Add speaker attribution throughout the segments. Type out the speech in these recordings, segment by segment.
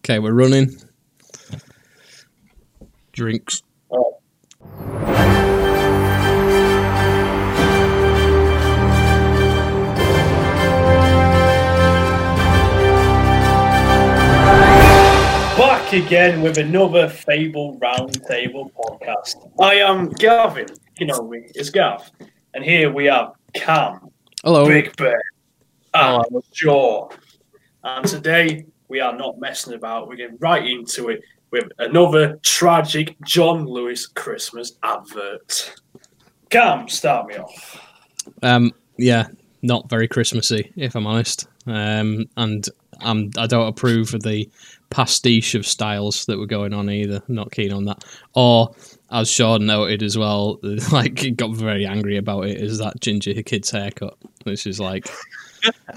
Speaker 1: Okay, we're running. Drinks.
Speaker 2: Back again with another Fable Roundtable podcast. I am Gavin. You know me, it's Gav. And here we have Cam,
Speaker 1: Hello.
Speaker 2: Big Bear, and Jaw. And today we are not messing about. We're getting right into it with another tragic John Lewis Christmas advert. Cam, start me off.
Speaker 1: Um, yeah, not very Christmassy, if I'm honest. Um, and I'm, I don't approve of the pastiche of styles that were going on either. not keen on that. Or, as Sean noted as well, like he got very angry about it. Is that ginger kid's haircut? Which is like,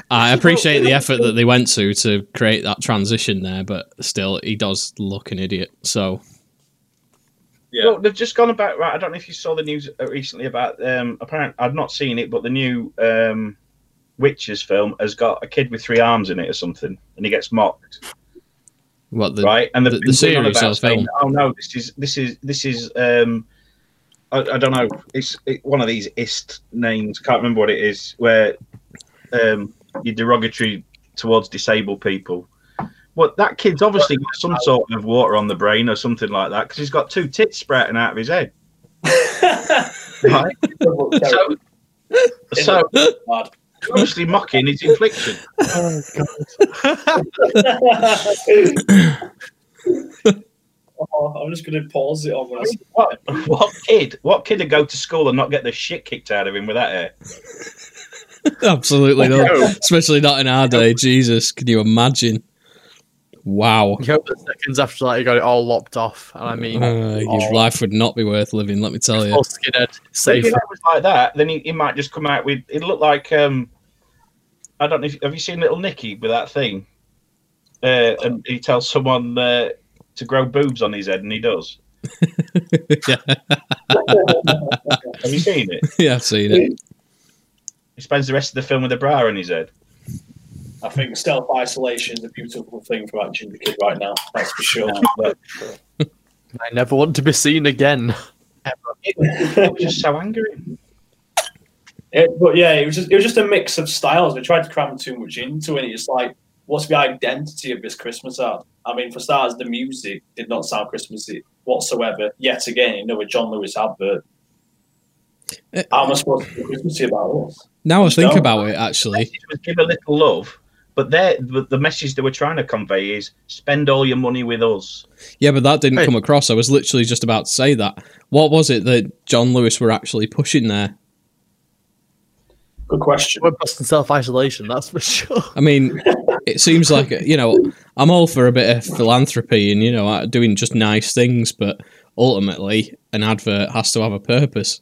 Speaker 1: I appreciate the effort that they went to to create that transition there, but still, he does look an idiot. So,
Speaker 2: Yeah.
Speaker 3: Well, they've just gone about right. I don't know if you saw the news uh, recently about um apparent I've not seen it, but the new um Witches film has got a kid with three arms in it or something, and he gets mocked,
Speaker 1: what the
Speaker 3: right? And they've
Speaker 1: the-
Speaker 3: been
Speaker 1: the
Speaker 3: going on
Speaker 1: series or
Speaker 3: about saying,
Speaker 1: film?
Speaker 3: "Oh no, this is this is this is um, I, I don't know, it's it, one of these ist names. I can't remember what it is, where um you're derogatory towards disabled people." Well, that kid's obviously got some sort of water on the brain or something like that because he's got two tits sprouting out of his head. Right? so, so obviously mocking his infliction.
Speaker 2: oh, I'm just going to pause it on when I say
Speaker 3: What, what kid? What kid would go to school and not get the shit kicked out of him with that hair?
Speaker 1: Absolutely not. Especially not in our day. Jesus, can you imagine? Wow.
Speaker 4: You hope that seconds after that you got it all lopped off. And I mean,
Speaker 1: Uh, your
Speaker 4: all-
Speaker 1: life would not be worth living, let me tell you.
Speaker 4: all skinhead,
Speaker 3: If
Speaker 4: safe.
Speaker 3: he was like that, then he, he might just come out with. It looked like um, I don't know. If, have you seen Little Nicky with that thing? Uh, and he tells someone uh, to grow boobs on his head, and he does.
Speaker 1: yeah,
Speaker 3: Have you seen it?
Speaker 1: yeah, I've seen it.
Speaker 3: He spends the rest of the film with a bra on his head.
Speaker 2: I think self isolation is a beautiful thing for that ginger kid right now. That's for sure.
Speaker 4: I never want to be seen again.
Speaker 3: It was just so angry.
Speaker 2: It- but yeah, it was just it was just a mix of styles. They tried to cram too much into it. It's like, what's the identity of this Christmas ad? I mean, for starters, the music did not sound Christmassy whatsoever. Yet again, you know, a John Lewis advert.
Speaker 1: Uh,
Speaker 2: How am I supposed to be Christmassy about this?
Speaker 1: Now I think
Speaker 2: No.
Speaker 1: about it, actually.
Speaker 3: It was give a little love, but there, but the message they were trying to convey is spend all your money with us.
Speaker 1: Yeah, but that didn't
Speaker 4: Hey.
Speaker 1: come across. I was literally just about to say that. What was it that John Lewis were actually pushing there?
Speaker 2: Good question.
Speaker 4: We're busting self isolation, that's for sure.
Speaker 1: I mean, it seems like, you know, I'm all for a bit of philanthropy and, you know, uh, doing just nice things, but ultimately, an advert has to have a purpose.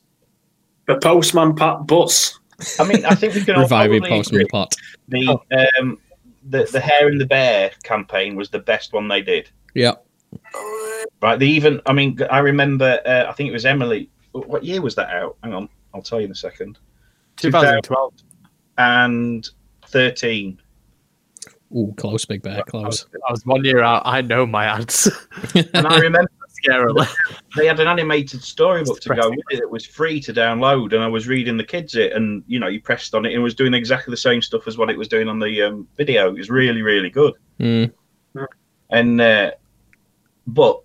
Speaker 2: The postman Pat Bus.
Speaker 3: I mean, I think we can all
Speaker 1: Reviving
Speaker 3: probably
Speaker 1: Postman
Speaker 3: agree
Speaker 1: Pot.
Speaker 3: the um, the the hare and the bear campaign was the best one they did.
Speaker 1: Yeah.
Speaker 3: Right? They even, I mean, I remember, uh, I think it was Emily. What year was that out? Hang on, I'll tell you in a second.
Speaker 4: 2012.
Speaker 3: And thirteen.
Speaker 1: Ooh, close, Big Bear,
Speaker 4: I
Speaker 1: close.
Speaker 4: was, I was one year out. I know my ads.
Speaker 3: And I remember
Speaker 4: Scarily.
Speaker 3: they had an animated storybook to go with it that was free to download, and I was reading the kids it, and you know, you pressed on it, and it was doing exactly the same stuff as what it was doing on the um, video. It was really, really good.
Speaker 1: Mm.
Speaker 3: And uh, but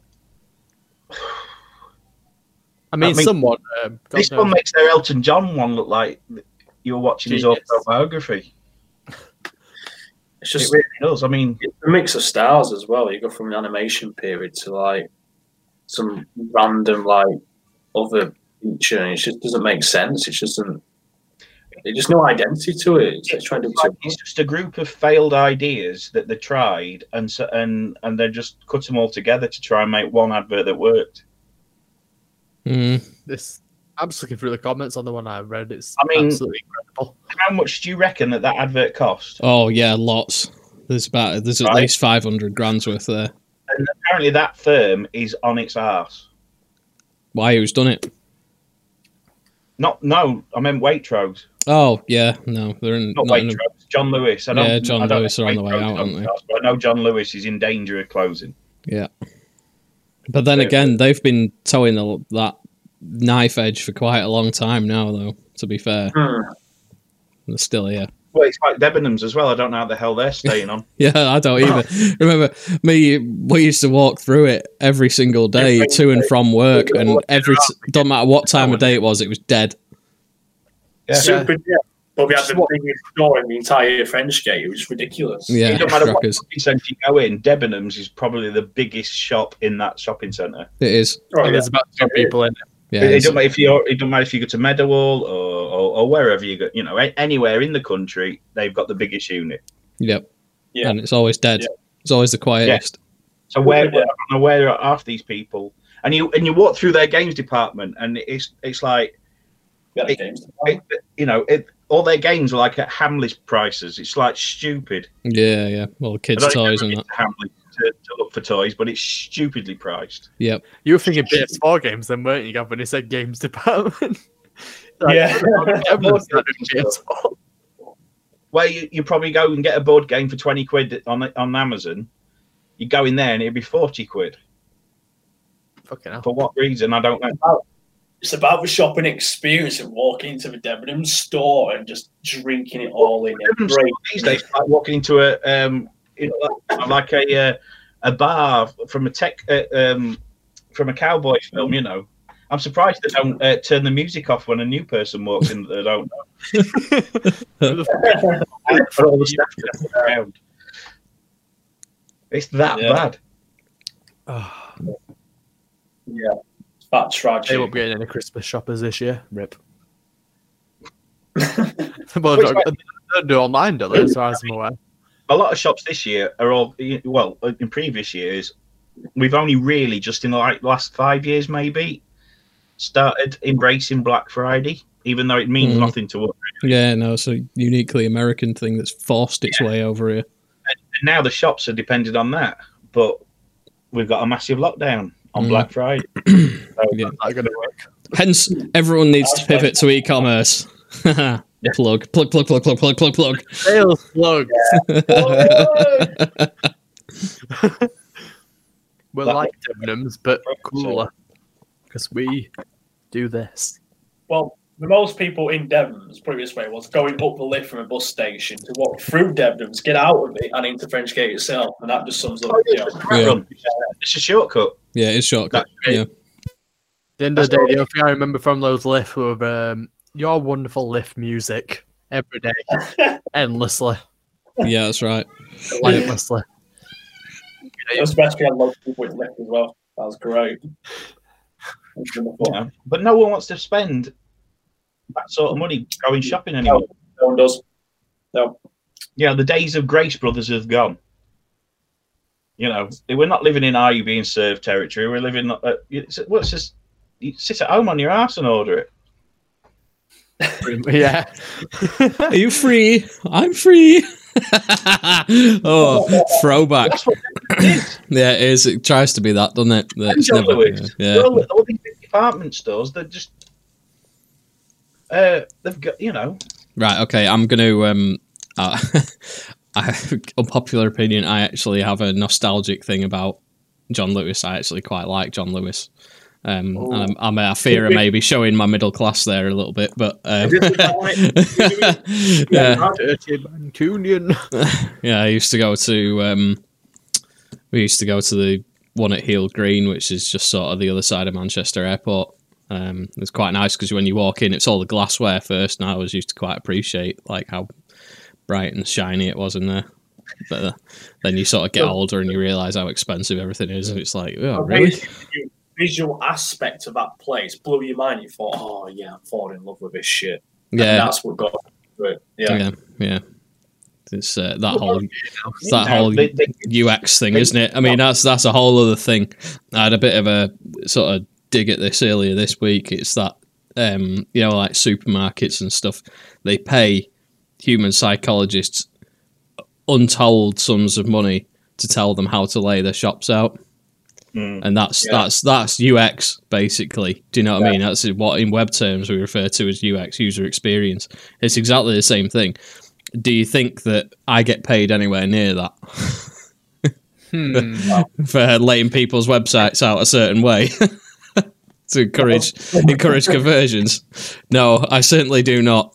Speaker 4: I
Speaker 3: I
Speaker 4: mean,
Speaker 3: mean,
Speaker 4: someone. Um, God
Speaker 3: This
Speaker 4: knows.
Speaker 3: one makes their Elton John one look like you're watching
Speaker 4: Genius.
Speaker 3: his autobiography.
Speaker 2: It's
Speaker 3: It
Speaker 2: just
Speaker 3: really does. I mean,
Speaker 2: it's a mix of styles as well. You go from an animation period to like some random like other feature, and it just doesn't make sense. It just doesn't. There's just no identity to it. It's, it's trying to.
Speaker 3: it's, like it's just a group of failed ideas that they tried, and so, and and they just cut them all together to try and make one advert that worked.
Speaker 1: Mm.
Speaker 4: This, I'm just looking through the comments on the one I read. It's
Speaker 3: I mean-
Speaker 4: absolutely incredible.
Speaker 3: How much do you reckon that that advert cost?
Speaker 1: Oh yeah, lots. There's about there's at
Speaker 3: Right.
Speaker 1: least five hundred grand's worth there.
Speaker 3: And apparently, that firm is on its arse.
Speaker 1: Why who's done it?
Speaker 3: Not no, I meant Waitrose,
Speaker 1: Oh yeah, no, they're in,
Speaker 3: not,
Speaker 1: not in a
Speaker 3: Waitrose. John Lewis. I don't,
Speaker 1: Yeah, John
Speaker 3: I don't
Speaker 1: Lewis are on the way
Speaker 3: know
Speaker 1: out, aren't they?
Speaker 3: podcasts, but I know John Lewis is in danger of closing.
Speaker 1: Yeah. But then
Speaker 3: Yeah.
Speaker 1: again, they've been towing the, that knife edge for quite a long time now, though, to be fair.
Speaker 2: Hmm.
Speaker 1: They're still here.
Speaker 3: Well, it's like Debenhams as well. I don't know how the hell they're staying on.
Speaker 1: Yeah, I don't either. Remember, me, we used to walk through it every single day
Speaker 3: Every
Speaker 1: to and from work, and every, t- don't matter what time of day it was, it was dead.
Speaker 3: Yeah.
Speaker 2: Super, yeah. But we had
Speaker 3: What?
Speaker 2: the biggest door in the entire French gate. It was ridiculous.
Speaker 1: Yeah,
Speaker 3: it don't matter what
Speaker 1: crackers.
Speaker 3: shopping centre you go in. Debenhams is probably the biggest shop in that shopping centre.
Speaker 1: It is.
Speaker 2: Oh, yeah.
Speaker 4: there's about two people in it.
Speaker 1: Yeah,
Speaker 3: it,
Speaker 1: it
Speaker 3: it
Speaker 1: is.
Speaker 3: don't matter if you it don't matter if you go to Meadowall or, or, or wherever you go. You know, a- anywhere in the country, they've got the biggest unit.
Speaker 1: Yep.
Speaker 2: Yeah.
Speaker 1: And it's always dead.
Speaker 2: Yeah.
Speaker 1: It's always the quietest.
Speaker 3: So where
Speaker 2: Yeah.
Speaker 3: I don't know where are half these people? And you and you walk through their games department, and it's it's like
Speaker 2: We had
Speaker 3: It-
Speaker 2: games.
Speaker 3: it, you know it, all their games are like at Hamley's prices. It's like stupid.
Speaker 1: Yeah, yeah. Well, kids'
Speaker 3: I don't
Speaker 1: toys and
Speaker 3: even go
Speaker 1: that.
Speaker 3: to Hamley's to, to look for toys, but it's stupidly priced.
Speaker 1: Yep.
Speaker 4: You were thinking PS4 games then, weren't you, Gav, when you said games department?
Speaker 2: Yeah.
Speaker 4: Everyone's had a PS4.
Speaker 3: Where you, you probably go and get a board game for twenty quid on on Amazon. You go in there and it'd be forty quid.
Speaker 4: Fucking hell.
Speaker 3: For what reason? I don't know.
Speaker 2: It's about the shopping experience of walking into the Debenhams store and just drinking it all in.
Speaker 3: Even
Speaker 2: Great.
Speaker 3: these days, like walking into a um, you know, like, like a uh, a bar from a tech uh, um, from a cowboy film. You know, I'm surprised they don't uh, turn the music off when a new person walks in. That they don't.
Speaker 4: Who the fuck-
Speaker 3: know. For all the staff that's around. It's that
Speaker 2: Yeah.
Speaker 3: bad.
Speaker 4: Ah,
Speaker 2: That
Speaker 4: they
Speaker 2: tragic.
Speaker 4: won't be getting any Christmas shoppers this year. Rip. well,
Speaker 3: Which
Speaker 4: they don't- they don't do online, do they? As far as I'm aware.
Speaker 3: A lot of shops this year are all well. In previous years, we've only really just in like last five years maybe started embracing Black Friday, even though it means
Speaker 1: Mhm.
Speaker 3: nothing to us.
Speaker 1: Yeah, no, it's a uniquely American thing that's forced its way over here.
Speaker 3: and now the shops are dependent on that. But we've got a massive lockdown on
Speaker 1: Mm.
Speaker 3: Black Friday. So,
Speaker 1: Yeah.
Speaker 4: Not gonna work.
Speaker 1: Hence, everyone needs to pivot to e-commerce. plug, plug, plug, plug, plug, plug, plug, plug.
Speaker 4: Sales plug. We're
Speaker 3: That-
Speaker 4: like Debenhams, but cooler. Because we do this.
Speaker 2: Well, the most people in Debenhams, put it this way, was going up the lift from a bus station to walk through Debenhams, get out of it, and into French Gate itself. And that Oh, just sums up the
Speaker 3: it's,
Speaker 2: joke.
Speaker 3: just a rat run. It's a shortcut.
Speaker 1: Yeah, it's shortcut.
Speaker 3: That's
Speaker 1: Yeah,
Speaker 4: the end of the
Speaker 3: That's
Speaker 4: day, the only thing I remember from those lifts were um, your wonderful lift music every day, endlessly,
Speaker 1: yeah, that's right.
Speaker 4: relentlessly.
Speaker 2: It was best we had loads of people with lift as well. That was great.
Speaker 3: you know. But no one wants to spend that sort of money going shopping anymore.
Speaker 2: No one does. No.
Speaker 3: Yeah, the days of Grace Brothers have gone. You know, they- we're not living in are you being served territory. We're living. Uh, it's, well, it's just you sit at home on your ass and order it.
Speaker 4: Pretty mu- yeah.
Speaker 1: Are you free? I'm free. oh, throwback.
Speaker 3: That's what it is.
Speaker 1: Yeah, it is. It tries to be that, doesn't it? That
Speaker 3: And
Speaker 1: it's
Speaker 3: John
Speaker 1: never-
Speaker 3: Lewis.
Speaker 1: yeah.
Speaker 3: They're All, all these big department stores, they're just. Uh, they've got, you know,
Speaker 1: Right. Okay. I'm going to. Um, uh, I, unpopular opinion. I actually have a nostalgic thing about John Lewis. I actually quite like John Lewis. Um,
Speaker 2: Oh.
Speaker 1: and I'm, I'm, I fear I may be showing my middle class there a little bit, but um, yeah,
Speaker 4: Dirty Mancunian.
Speaker 1: yeah. I used to go to. Um, we used to go to the one at Heel Green, which is just sort of the other side of Manchester Airport. Um, it's quite nice because when you walk in, it's all the glassware first, and I always used to quite appreciate like how bright and shiny it was in there. But uh, then you sort of get older and you realise how expensive everything is, and it's like, oh, really?
Speaker 2: The visual aspect of that place blew your mind. You thought, oh, yeah, I'm falling in love with this shit. And
Speaker 1: Yeah,
Speaker 2: that's what got me. Yeah.
Speaker 1: yeah, yeah. It's uh, that whole it's that
Speaker 3: you know,
Speaker 1: whole
Speaker 3: they- they-
Speaker 1: UX thing, isn't it? I mean, that's that's a whole other thing. I had a bit of a sort of dig at this earlier this week. It's that um, you know, like supermarkets and stuff, they pay human psychologists untold sums of money to tell them how to lay their shops out,
Speaker 3: Mm.
Speaker 1: and that's
Speaker 2: Yeah.
Speaker 1: that's that's UX basically. Do you know what I mean? That's what in web terms we refer to as UX, user experience. It's exactly the same thing. do you think that I get paid anywhere near that
Speaker 4: Hmm.
Speaker 1: for laying people's websites out a certain way to encourage encourage conversions? No, I certainly do not.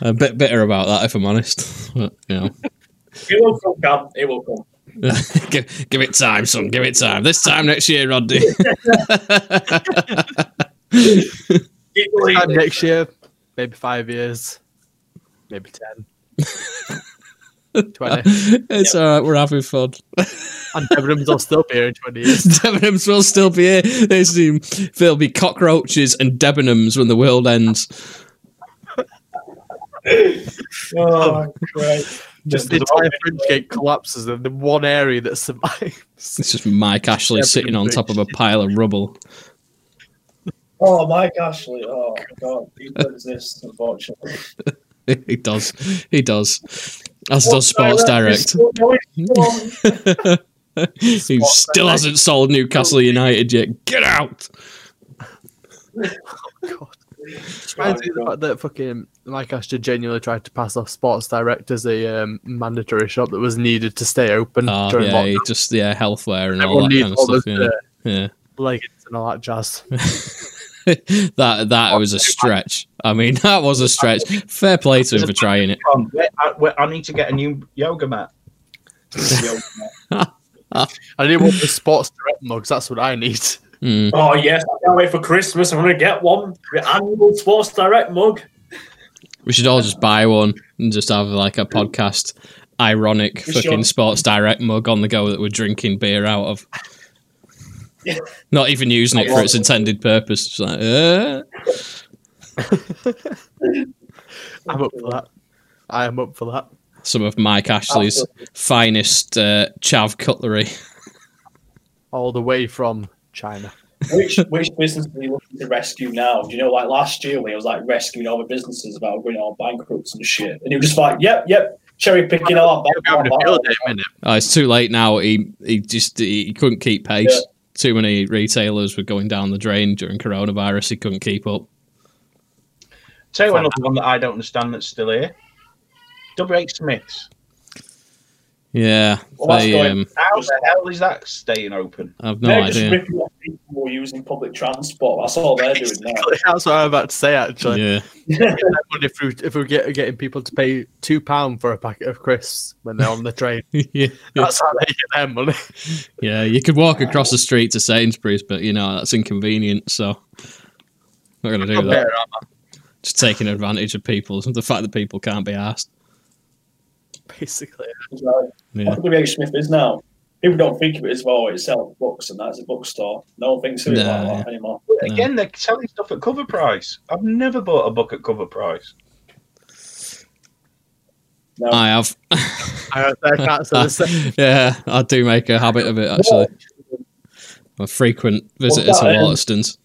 Speaker 1: a bit bitter about that, if I'm honest. But, you know,
Speaker 2: It will come, Cam. It will come.
Speaker 1: give, give it time, son. Give it time. This time next year, Rodney.
Speaker 2: Keep believing.
Speaker 4: Time next year, maybe five years, maybe ten. 20.
Speaker 1: it's all right. We're having fun.
Speaker 4: And Debenhams will still be here in 20 years.
Speaker 1: Debenhams will still be here. There's, um, there'll be cockroaches and Debenhams when the world ends.
Speaker 2: Oh, great.
Speaker 4: Just the entire fringe gate collapses, and the one area that survives.
Speaker 1: It's just Mike Ashley
Speaker 4: Debenham
Speaker 1: sitting on top of a pile of rubble.
Speaker 2: Oh, Mike Ashley. Oh, God. He doesn't exist, unfortunately.
Speaker 1: he does. He does. As does Sports Direct. Who still
Speaker 4: Direct.
Speaker 1: hasn't sold Newcastle United yet. Get out!
Speaker 4: God. Which reminds me of the fact that fucking Mike Ashton genuinely tried to pass off Sports Direct as a um, mandatory shop that was needed to stay open
Speaker 1: Oh,
Speaker 4: during
Speaker 1: yeah,
Speaker 4: lockdown.
Speaker 1: he just yeah, healthware and all
Speaker 4: Everyone
Speaker 1: that
Speaker 4: needs
Speaker 1: kind of
Speaker 4: all
Speaker 1: stuff.
Speaker 4: those
Speaker 1: Yeah.
Speaker 4: uh,
Speaker 1: yeah.
Speaker 4: leggings and all that jazz.
Speaker 1: that that was a stretch. I mean, that was a stretch. Fair play to him for trying it.
Speaker 3: Um, where- I, where- I need to get a new yoga mat.
Speaker 2: Yoga mat.
Speaker 4: I need one of the Sports Direct mugs. That's what I need.
Speaker 1: Mm.
Speaker 2: Oh, yes. I can't wait for Christmas. I'm going to get one. The annual Sports Direct mug.
Speaker 1: We should all just buy one and just have like a podcast ironic
Speaker 2: For
Speaker 1: fucking
Speaker 2: sure.
Speaker 1: Sports Direct mug on the go that we're drinking beer out of. Not even using it for its intended purpose. Just like, uh,
Speaker 4: I'm up for that. I am up for that.
Speaker 1: some of Mike Ashley's finest uh, chav cutlery.
Speaker 4: All the way from China.
Speaker 2: Which which business are you looking to rescue now? Do you know, like last year when it was like rescuing all the businesses about going all bankrupt and shit, and it was just like, yep, yep, cherry picking all
Speaker 4: You're having a field day, minute.
Speaker 1: Oh, it's too late now. He he just he, he couldn't keep pace.
Speaker 2: Yeah.
Speaker 1: Too many retailers were going down the drain during coronavirus. He couldn't keep up.
Speaker 3: Tell you another one that I don't understand that's still here. WH Smith's.
Speaker 1: Yeah,
Speaker 2: Well, that's
Speaker 1: they,
Speaker 2: going-
Speaker 1: um,
Speaker 3: How the hell is that staying open?
Speaker 1: I've no
Speaker 2: They're just
Speaker 1: idea.
Speaker 2: ripping off people who are using public transport. That's all they're doing now.
Speaker 4: That's what I'm about to say, actually.
Speaker 1: Yeah,
Speaker 4: wonder if we, if we get getting people to pay two pound for a packet of crisps when they're on the train,
Speaker 1: yeah,
Speaker 4: that's how they get their money.
Speaker 1: yeah. You could walk across the street to Sainsbury's, but you know that's inconvenient. So not going to do that.
Speaker 4: Better, aren't
Speaker 1: Just taking advantage of people. The fact that people can't be asked.
Speaker 4: they? basically.
Speaker 2: It's like,
Speaker 1: Yeah,
Speaker 2: That's what WH Smith is now. People don't think of it as well. It sells books, and that's a bookstore. No one thinks of it
Speaker 1: Nah,
Speaker 2: like that anymore.
Speaker 3: But Again, they're selling stuff at cover price. I've never bought a book at cover price.
Speaker 2: No.
Speaker 1: I have.
Speaker 4: I, I can't say the same.
Speaker 1: yeah, I do make a habit of it actually. I'm a frequent visitor
Speaker 2: What's
Speaker 1: to
Speaker 2: that, um,
Speaker 1: Waterstones.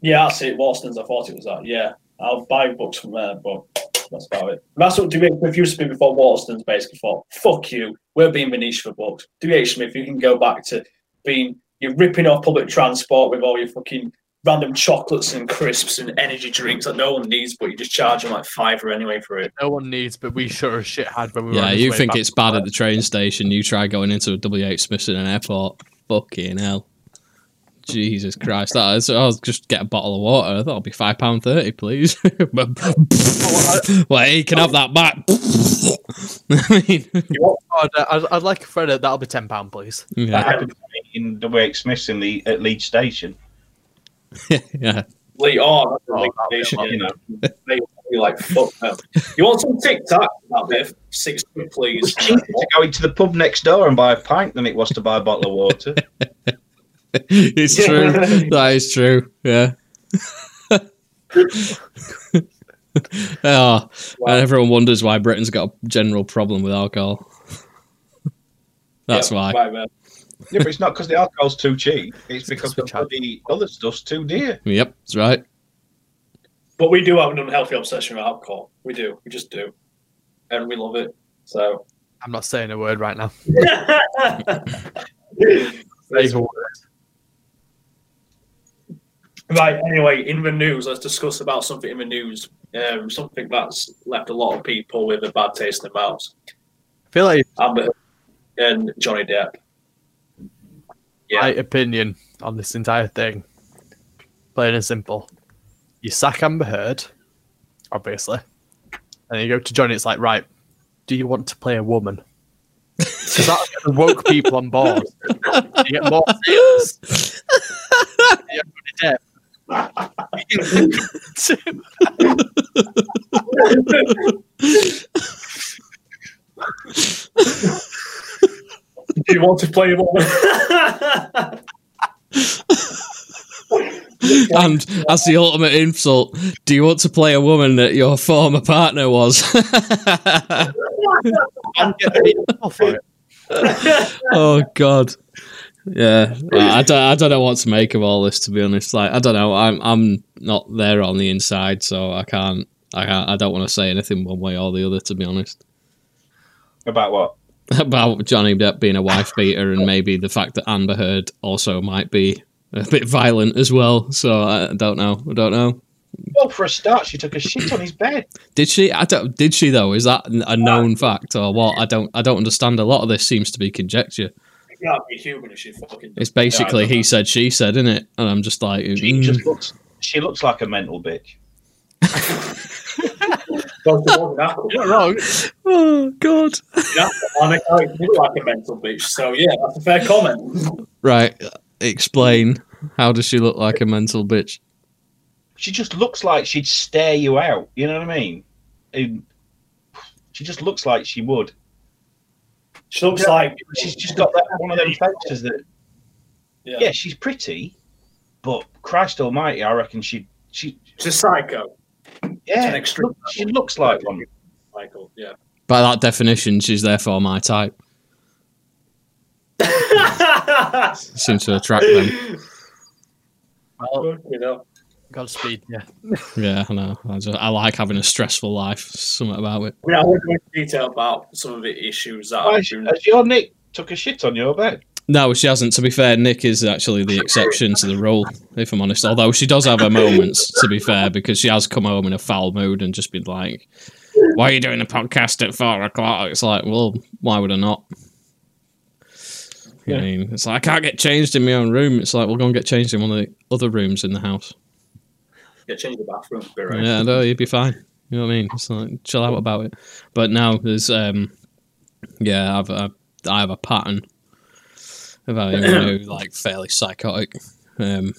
Speaker 2: Yeah, that's it. Walston's. I thought it was that. Yeah, I'll buy books from there, but that's about it. That's what DBH Smith used to be before Walston's basically thought, fuck you, we're being Benicia for books. DBH Smith, you can go back to being, you're ripping off public transport with all your fucking random chocolates and crisps and energy drinks that no one needs, but you just charge them like fiver anyway for it.
Speaker 4: No one needs, but we sure as shit had when we were.
Speaker 1: Yeah,
Speaker 4: on this
Speaker 1: you
Speaker 4: way
Speaker 1: think
Speaker 4: back.
Speaker 1: it's bad at the train station. You try going into a WH Smith in an airport. Fucking hell. Jesus Christ. That is, I'll just get a bottle of water. That'll be £5.30, please.
Speaker 4: Oh,
Speaker 1: well, you can have that back. I mean,
Speaker 4: Oh, I'd, I'd, I'd like a Fredda. That'll be ten pound, please.
Speaker 3: That
Speaker 1: yeah,
Speaker 3: happened to me in WH Smith's in the at Leeds Station.
Speaker 1: yeah.
Speaker 2: Late on, that's the
Speaker 4: Oh,
Speaker 2: link
Speaker 4: that'd be a
Speaker 2: station,
Speaker 4: lot.
Speaker 2: you know, they- you're like, fuck them. You want some Tic Tac? That bit of six, please.
Speaker 3: It's cheaper to go into the pub next door and buy a pint than it was to buy a bottle of water.
Speaker 1: It's true. That is true. Yeah. oh, and
Speaker 4: Uh,
Speaker 1: everyone wonders why Britain's got a general problem with alcohol. That's
Speaker 2: Yeah,
Speaker 1: why.
Speaker 2: right there.
Speaker 3: yeah, but it's not because the alcohol's too cheap. It's because
Speaker 4: because
Speaker 3: the bloody other stuff's too dear.
Speaker 1: Yep, that's right.
Speaker 2: But we do have an unhealthy obsession with alcohol. We do. We just do. And we love it. So
Speaker 4: I'm not saying a word right now.
Speaker 2: Right, anyway, in the news, let's discuss about something in the news. um, something that's left a lot of people with a bad taste in their mouths.
Speaker 4: I feel like
Speaker 2: Amber and Johnny Depp. Yeah.
Speaker 4: my opinion on this entire thing, plain and simple. You sack Amber Heard, obviously, and you go to Johnny. It's like, right, do you want to play a woman? Because that's the woke people on board. You get more sales. You get Johnny Depp.
Speaker 2: Do you want to play a woman?
Speaker 1: And as the ultimate insult, do you want to play a woman that your former partner was?
Speaker 4: and get paid well for it.
Speaker 1: oh God. Yeah, I don't, I don't know what to make of all this. To be honest, like I don't know. I'm I'm not there on the inside, so I can't. I can't, I don't want to say anything one way or the other. To be honest,
Speaker 3: About what?
Speaker 1: about Johnny Depp being a wife beater and maybe the fact that Amber Heard also might be a bit violent as well. So I don't know. I don't know.
Speaker 3: Well, for a start, she took a shit on his bed.
Speaker 1: Did she? I don't. Did she though? Is that a known fact or what? I don't. I don't understand. A lot of this seems to be conjecture.
Speaker 2: You can't be human if she fucking.
Speaker 1: It's basically
Speaker 3: Yeah, I don't
Speaker 1: he said, she said, isn't it? And I'm just like,
Speaker 3: She
Speaker 1: mm.
Speaker 3: just looks. She looks like a mental bitch.
Speaker 2: Don't you want that?
Speaker 4: You're wrong.
Speaker 1: oh god.
Speaker 2: Yeah, and I can't do like a mental bitch. So yeah, that's a fair comment.
Speaker 1: Right. Explain. How does she look like a mental bitch?
Speaker 3: She just looks like she'd stare you out. You know what I mean? And she just looks like she would.
Speaker 2: She looks like
Speaker 3: She's just got that one of those faces that.
Speaker 2: Yeah.
Speaker 3: Yeah, she's pretty, but Christ Almighty, I reckon she. She.
Speaker 2: she's a psycho. It's an
Speaker 3: Yeah.
Speaker 2: extreme-
Speaker 3: look- she looks like one.
Speaker 2: Michael, yeah.
Speaker 1: By that definition, she's therefore my type. Seems to attract them.
Speaker 4: Well,
Speaker 2: you know.
Speaker 4: Godspeed. Yeah.
Speaker 1: Yeah, I know. I, just, I like having a stressful life. Something about it.
Speaker 2: We won't go into detail about some of the issues that
Speaker 3: Why
Speaker 2: are
Speaker 3: is she- has your Nick took a shit on your bed?
Speaker 1: No, she hasn't. To be fair, Nick is actually the exception to the rule, if I'm honest. Although she does have her moments, to be fair, because she has come home in a foul mood and just been like, "Why are you doing a podcast at four o'clock?" It's like, well, why would I not? I
Speaker 3: Yeah.
Speaker 1: mean, it's like I can't get changed in my own room. It's like, well, go and get changed in one of the other rooms in the house.
Speaker 2: yeah, change the bathroom, be right.
Speaker 1: Yeah, no, you'd be fine. You know what I mean? It's like chill out about it. But now there's um, yeah, I've I, I have a pattern of anyone who like fairly psychotic. Um,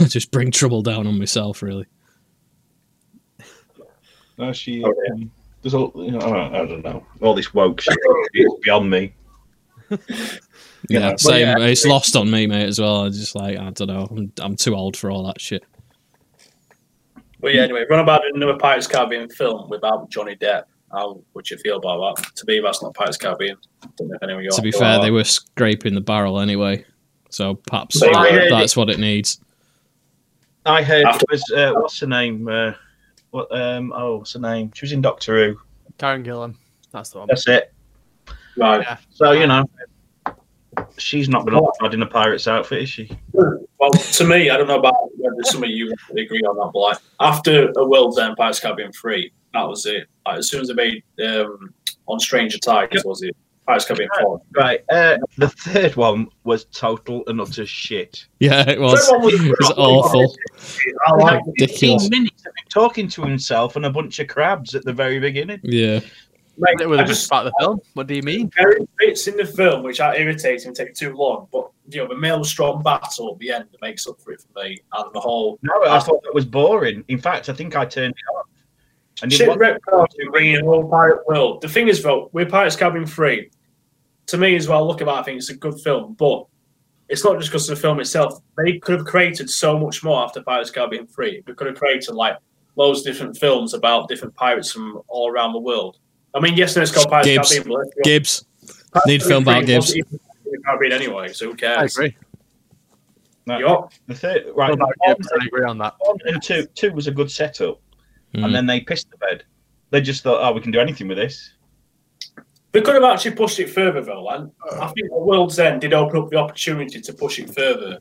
Speaker 1: I just bring trouble down on myself really.
Speaker 3: No, she.
Speaker 2: Oh,
Speaker 3: um, there's all. You know, I, don't, I don't know. All this woke shit. it's beyond me.
Speaker 1: Yeah,
Speaker 3: Yeah.
Speaker 1: same.
Speaker 2: Well, yeah.
Speaker 1: It's lost on me, mate, as well. I just like I don't know. I'm, I'm too old for all that shit.
Speaker 2: But yeah, anyway, run about another Pirates of the Caribbean film without Johnny Depp. How would you feel about that? To me, that's not Pirates of the Caribbean. Don't know if anyone
Speaker 1: to be fair, they were scraping the barrel anyway, so perhaps
Speaker 2: They
Speaker 3: were.
Speaker 1: that's what it needs.
Speaker 3: I heard
Speaker 2: After-
Speaker 3: it was uh, what's her name? Uh, what um oh what's her name? She was in Doctor Who.
Speaker 4: Karen Gillan. That's the one.
Speaker 3: That's it.
Speaker 2: Right.
Speaker 3: So you know, she's not going
Speaker 2: Oh.
Speaker 3: to look bad in a pirate's outfit, is she?
Speaker 2: Well, to me, I don't know about whether some of you agree on that, but like after a World's End, Pirates of the Caribbean three, that was it. Like, as soon as they made um, on Stranger Tides, was it Pirates of the Caribbean four?
Speaker 3: Right. Uh, the third one was total and utter shit.
Speaker 1: Yeah, it was.
Speaker 2: Everyone was-
Speaker 1: It was awful.
Speaker 2: I like
Speaker 1: Ridiculous.
Speaker 3: minutes of him talking to himself and a bunch of crabs at the very beginning.
Speaker 1: Yeah.
Speaker 2: Mate,
Speaker 4: It would
Speaker 2: I
Speaker 4: have just
Speaker 2: just
Speaker 4: about the film. What do you mean?
Speaker 2: there are bits in the film which are irritating, take too long, but you know the male strong battle at the end makes up for it for me, and the whole
Speaker 3: No, I thought that was boring. In fact, I think I turned it off. And it
Speaker 2: shit
Speaker 3: was,
Speaker 2: reptiles and bringing the whole pirate world. The thing is, though, with Pirates of the Caribbean three, to me as well, look at that, I think it's a good film, but it's not just because of the film itself. They could have created so much more after Pirates of the Caribbean three. They could have created like loads of different films about different pirates from all around the world. I mean, yes, no, it's called Pirates of
Speaker 1: Gibbs.
Speaker 2: the Caribbean. But let's be honest,
Speaker 1: Gibbs. Need film
Speaker 2: Pirates
Speaker 1: about
Speaker 2: of the
Speaker 1: Gibbs.
Speaker 2: Caribbean wasn't even Caribbean anyway, so who cares?
Speaker 4: I agree.
Speaker 2: Yup.
Speaker 3: the third, right,
Speaker 4: About
Speaker 3: one,
Speaker 4: Gibbs, I agree on that.
Speaker 3: one and two, two was a good setup,
Speaker 1: Mm.
Speaker 3: and then they pissed the bed. They just thought, oh, we can do anything with this.
Speaker 2: They could have actually pushed it further, though, and I think the World's End did open up the opportunity to push it further.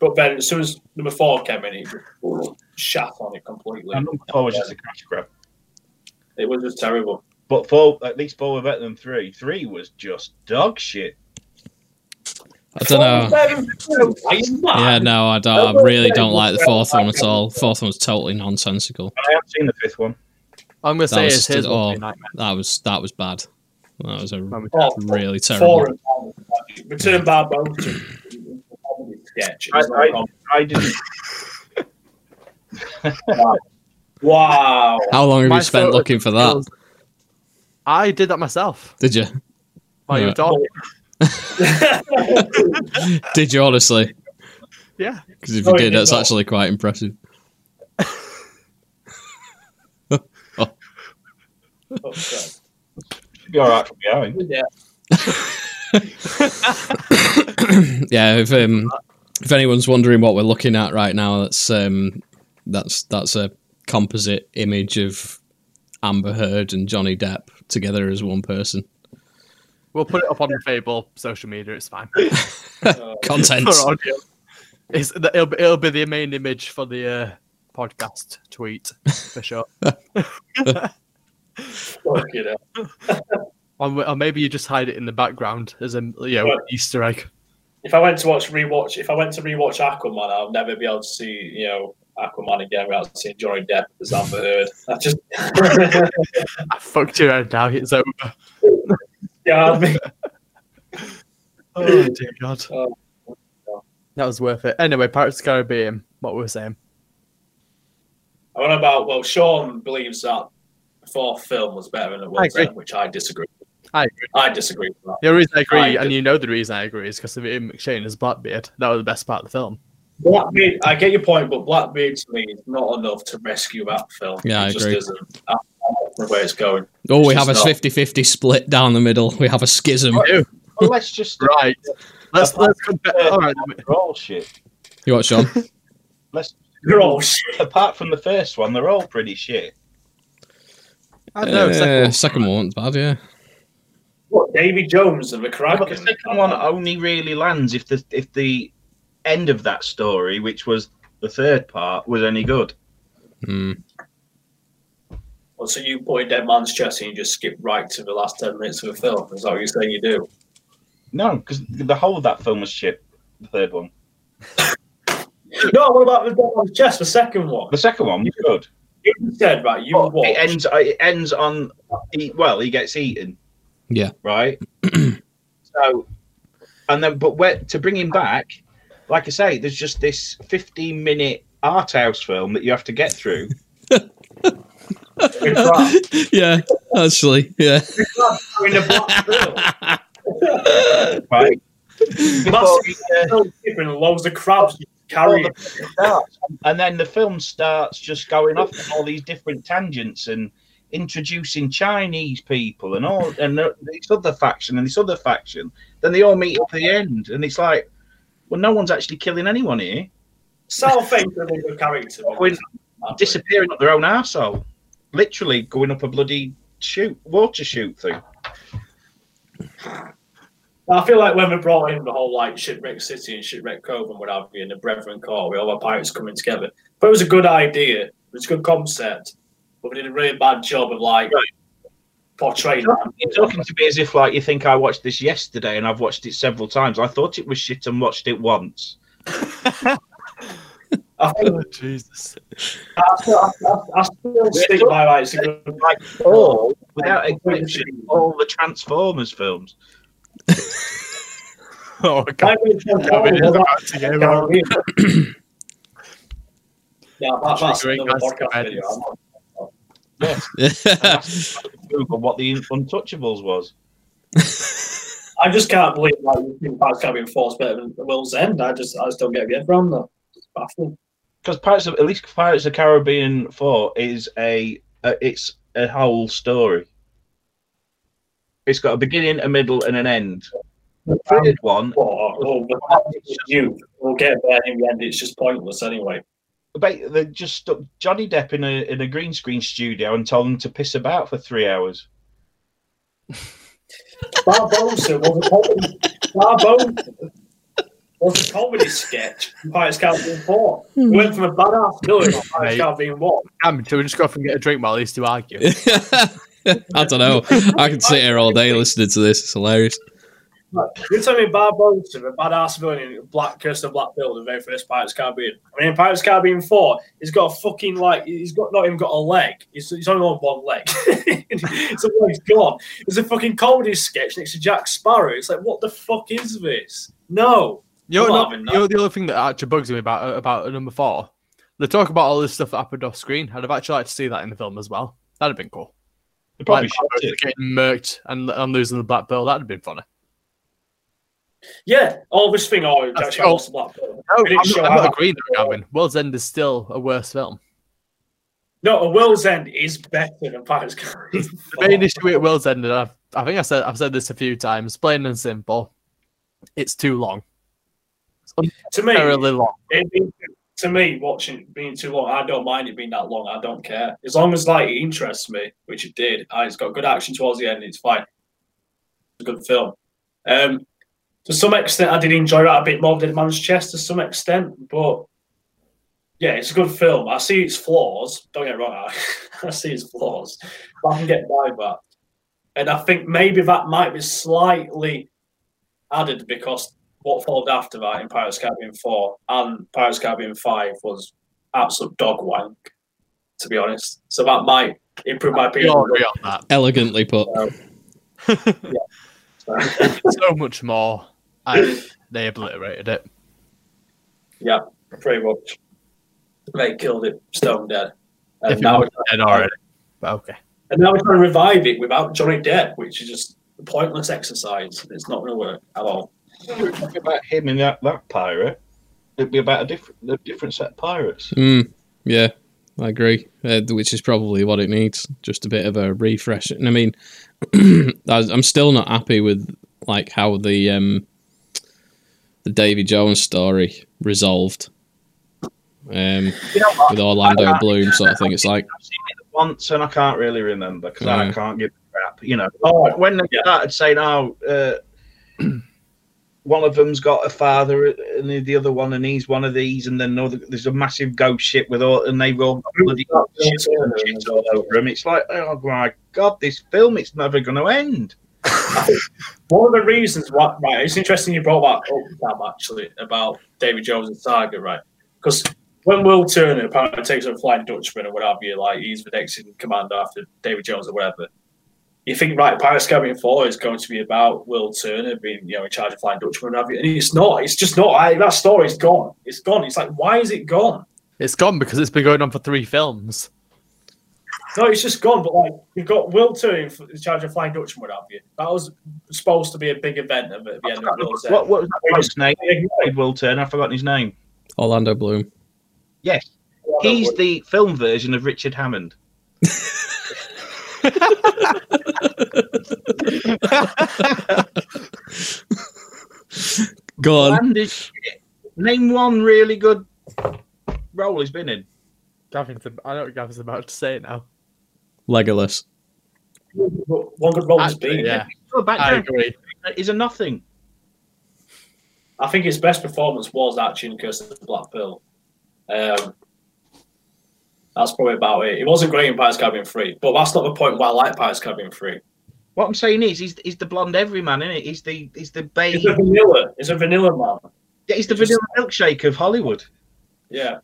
Speaker 2: But then, as soon as number four came in, it shat on it completely.
Speaker 3: My
Speaker 1: Um,
Speaker 3: number four was just a cash grab.
Speaker 2: It was just terrible.
Speaker 3: But four, at least four were better than three. Three was just dog shit.
Speaker 1: Mm. I don't know.
Speaker 2: Are you mad?
Speaker 1: Yeah, no, I don't. I really don't like the fourth one at all. Fourth one was totally nonsensical.
Speaker 3: I have seen the fifth one.
Speaker 4: I'm gonna
Speaker 1: That
Speaker 4: say
Speaker 1: was
Speaker 4: it's his
Speaker 1: still-
Speaker 4: oh.
Speaker 1: oh. That was that was bad. That was a
Speaker 2: Oh,
Speaker 1: really
Speaker 2: Four
Speaker 1: terrible.
Speaker 2: and five. Return Barbosa. to comedy sketch. It was
Speaker 3: I-
Speaker 2: like,
Speaker 3: I didn't.
Speaker 2: wow.
Speaker 1: How long have
Speaker 4: My
Speaker 1: you spent
Speaker 4: photo
Speaker 1: looking for that?
Speaker 4: I did that myself.
Speaker 1: Did you?
Speaker 4: While you were
Speaker 1: Yeah.
Speaker 4: talking.
Speaker 1: Did you honestly?
Speaker 4: Yeah.
Speaker 1: Because if
Speaker 2: No,
Speaker 1: you
Speaker 2: I
Speaker 1: did,
Speaker 2: did
Speaker 1: that's
Speaker 2: not.
Speaker 1: actually quite impressive.
Speaker 2: Okay.
Speaker 3: Be all right from behind.
Speaker 2: Yeah.
Speaker 1: Yeah. If um, if anyone's wondering what we're looking at right now, that's um, that's that's a composite image of Amber Heard and Johnny Depp together as one person.
Speaker 4: We'll put it up on the Fable social media. It's fine.
Speaker 2: Uh,
Speaker 1: Content.
Speaker 4: For audio. It's, it'll, be, it'll be the main image for the uh, podcast tweet for sure.
Speaker 2: fuck it up.
Speaker 4: or, or maybe you just hide it in the background as a you know,
Speaker 2: Yeah.
Speaker 4: Easter egg.
Speaker 2: If I went to watch rewatch, if I went to rewatch Aquaman, I'll never be able to see you know Aquaman again without seeing Johnny Depp as Amber Heard. That just
Speaker 4: I fucked your head now. It's over.
Speaker 2: scarred me.
Speaker 4: Oh dear God.
Speaker 2: Oh.
Speaker 4: That was worth it. Anyway, Pirates of the Caribbean. What we were saying.
Speaker 2: I went about well, Sean believes that the fourth film was better than it was,
Speaker 4: agree.
Speaker 2: then, which I disagree.
Speaker 4: I agree.
Speaker 2: I disagree with that.
Speaker 4: The only reason I agree,
Speaker 2: I
Speaker 4: and
Speaker 2: agree.
Speaker 4: you know the reason I agree, is because of Ian McShane as Blackbeard. That was the best part of the film.
Speaker 2: Blackbeard, I get your point, but Blackbeard to me is not enough to rescue that film.
Speaker 1: Yeah, I
Speaker 2: it just
Speaker 1: agree.
Speaker 2: isn't. I don't know where it's going.
Speaker 1: Oh, we
Speaker 2: It's
Speaker 1: have a
Speaker 2: just not-
Speaker 1: 50 50 split down the middle. We have a schism.
Speaker 3: Well, let's just
Speaker 4: Right. Let's let's compare. All right.
Speaker 3: They're all shit.
Speaker 1: You what, Sean?
Speaker 3: Let's
Speaker 2: They're all shit.
Speaker 3: apart from the first one, they're all pretty shit.
Speaker 4: I don't know. second
Speaker 1: Uh,
Speaker 4: one.
Speaker 1: second one wasn't bad, yeah.
Speaker 2: What, Davy Jones and the Kraken.
Speaker 3: But the second one only really lands if the if the end of that story, which was the third part, was any good.
Speaker 1: Hmm.
Speaker 2: Well, so you put in Dead Man's Chest and you just skip right to the last 10 minutes of the film. Is that what you're saying you do?
Speaker 3: No, because the whole of that film was shit. The third one,
Speaker 2: No, what about the Dead Man's Chest, the second one?
Speaker 3: the second one was good.
Speaker 2: You said, right, you
Speaker 3: But
Speaker 2: watched.
Speaker 3: Oh, it ends. uh, It ends on. He, well, he gets eaten.
Speaker 1: Yeah.
Speaker 3: Right. so, and then, but where, to bring him back, like I say, there's just this 15 minute art house film that you have to get through.
Speaker 2: It's right.
Speaker 1: yeah, actually, yeah.
Speaker 2: We're in a black film.
Speaker 3: Right. Before
Speaker 2: Massive
Speaker 3: he, uh,
Speaker 2: film skipping loads of crabs you
Speaker 3: before
Speaker 2: carry.
Speaker 3: the film starts. and then the film starts just going off on all these different tangents and introducing Chinese people and all and the- this other faction and this other faction. Then they all meet at the end, and it's like, well, no one's actually killing anyone here.
Speaker 2: South Face is a good character. but
Speaker 3: When-
Speaker 2: not really.
Speaker 3: Disappearing up their own arsehole. literally going up a bloody shoot water shoot thing.
Speaker 2: I feel like when we brought in the whole like Shipwreck City and Shipwreck Cove and what have you, and the Brethren Core, we all our pirates coming together. But it was a good idea. It was a good concept. But we did a really bad job of like portraying that.
Speaker 3: You're talking to me as if like you think I watched this yesterday and I've watched it several times. I thought it was shit and watched it once.
Speaker 2: I, think-
Speaker 4: Oh, Jesus.
Speaker 2: I, still- I, I, I still stick by like, it's a good
Speaker 3: like
Speaker 2: Oh.
Speaker 3: all without exception, all the Transformers films.
Speaker 4: Oh God.
Speaker 2: Like, we just-
Speaker 4: Yeah, we didn't
Speaker 2: Yeah,
Speaker 4: have to get around.
Speaker 2: that, that's
Speaker 4: Great
Speaker 2: another
Speaker 4: guys,
Speaker 2: podcast video. I'm not-
Speaker 3: Google what the Untouchables was.
Speaker 2: I just can't believe like you think Pirates can't be enforced better than Will's End. I just I just don't get it from them. It's baffling.
Speaker 3: Because Pirates of at least Pirates of the Caribbean Four is a, a it's a whole story. It's got a beginning, a middle, and an end. The
Speaker 2: Um,
Speaker 3: third one,
Speaker 2: Well, oh, oh, it's you. We'll get there in the end. It's just pointless anyway.
Speaker 3: ba- they just stuck Johnny Depp in a in a green screen studio and told him to piss about for three hours.
Speaker 2: Barbosa was a problem. Barbosa was a comedy sketch from Pirates Caribbean 4. We went from a badass villain on Pirates
Speaker 4: Mate.
Speaker 2: Caribbean 1.
Speaker 4: Damn, shall we just go off and get a drink while these two argue?
Speaker 1: I don't know. I could sit here all day listening to this. It's hilarious.
Speaker 2: Like, you're telling me Barbosa, the badass villain in Black Curse of Black Bill, the very first Pirates Caribbean. I mean, in Pirates Caribbean 4, he's got a fucking, like, he's got not even got a leg. He's, he's only on one leg. so leg's gone. There's a fucking comedy sketch next to Jack Sparrow. It's like, what the fuck is this? No.
Speaker 4: You know,
Speaker 2: I'm not
Speaker 4: not-
Speaker 2: having
Speaker 4: you
Speaker 2: that.
Speaker 4: know the other thing that actually bugs me about about number four? They talk about all this stuff that happened off screen. I'd have actually liked to see that in the film as well. That'd have been cool.
Speaker 3: They probably
Speaker 4: Like,
Speaker 3: should do.
Speaker 4: getting murked and, and losing the black bill. That'd have been funny.
Speaker 2: Yeah, all this thing, oh, Jack
Speaker 4: That's-
Speaker 2: Sparrow
Speaker 4: oh.
Speaker 2: lost the Black Bill.
Speaker 4: No,
Speaker 2: It
Speaker 4: I'm,
Speaker 2: didn't show
Speaker 4: not, I'm
Speaker 2: how-
Speaker 4: not agreeing there, Gavin. World's End is still a worse film.
Speaker 2: No, a World's End is better than Pirates Caribbean.
Speaker 4: The
Speaker 2: Oh.
Speaker 4: main issue at World's End, and I've, I think I said I've said this a few times, plain and simple, it's too long.
Speaker 2: to me,
Speaker 4: Terribly long.
Speaker 2: it, it- to me, watching it being too long, I don't mind it being that long. I don't care as long as like it interests me, which it did. And it's got good action towards the end. It's fine. It's a good film. Um, to some extent, I did enjoy that a bit more than Man's Chest to some extent, but yeah, it's a good film. I see its flaws. Don't get me wrong, I, I see its flaws, but I can get by with that. And I think maybe that might be slightly added because what followed after that in Pirates of the Caribbean 4 and Pirates of the Caribbean 5 was absolute dog wank, to be honest. So that might improve my
Speaker 4: We
Speaker 2: opinion.
Speaker 4: all agree on that.
Speaker 1: Elegantly put.
Speaker 4: so much more, and they obliterated it.
Speaker 2: Yeah, pretty much. They killed it stone dead. And
Speaker 4: If it
Speaker 2: now,
Speaker 4: wasn't dead already. But okay.
Speaker 2: and now we're trying to revive it without Johnny Depp, which is just a pointless exercise. It's not going to work at all.
Speaker 3: If it was about him and that, that pirate, it'd be about a different a different set of pirates.
Speaker 1: Mm, yeah, I agree. Uh, which is probably what it needs. Just a bit of a refresh. And I mean, I- I'm still not happy with like how the um, the Davy Jones story resolved. Um,
Speaker 3: You know what?
Speaker 1: with Orlando
Speaker 3: I- I-
Speaker 1: Bloom sort of thing. It's like,
Speaker 3: I've seen it once and I can't really remember because I
Speaker 1: Yeah.
Speaker 3: can't give a crap. You know,
Speaker 2: Oh,
Speaker 3: when they
Speaker 2: yeah.
Speaker 3: started saying, "Oh, uh, one of them's got a father and the other one, and he's one of these," and then another, there's a massive ghost ship with all, and they've all got bloody shit and shit all over them. It's like, oh my god, this film it's never going to end.
Speaker 2: One of the reasons why, right, it's interesting you brought that up, Sam, actually, about David Jones and Saga, right? Because when Will Turner apparently takes over Flying Dutchman or what have you, like he's the next in command after David Jones or whatever, you think, right, Pirates of the Caribbean 4 is going to be about Will Turner being, you know, in charge of Flying Dutchman and what have you. And it's not. It's just not. I, that story's gone. It's gone. It's like, why is it gone?
Speaker 4: It's gone because it's been going on for three films.
Speaker 2: No, it's just gone. But like you've got Will Turner in charge of Flying Dutchman, what have you? That was supposed to be a big event at the end of Will's
Speaker 3: What, what was that bloke's name?
Speaker 2: End.
Speaker 3: Will Turner. I've forgotten his name.
Speaker 1: Orlando Bloom.
Speaker 3: Yes, he's the film version of Richard Hammond.
Speaker 1: Go on.
Speaker 3: Bland as shit. Name one really good role he's been in.
Speaker 4: Gavin's, I know what Gavin's about to say now.
Speaker 1: Legolas.
Speaker 2: one good role is being.
Speaker 4: yeah,
Speaker 3: Oh, back
Speaker 4: I
Speaker 3: down
Speaker 4: agree.
Speaker 3: is a nothing.
Speaker 2: I think his best performance was actually in Curse of the Black Pearl. Um, that's probably about it. It wasn't great in Pirates of the Caribbean 3, but that's not the point why I like Pirates of the Caribbean 3.
Speaker 3: What I'm saying is, he's, he's the blonde everyman, isn't it? He's the he's the babe.
Speaker 2: It's a vanilla. It's a vanilla man.
Speaker 3: Yeah, he's the vanilla milkshake of Hollywood.
Speaker 2: Yeah.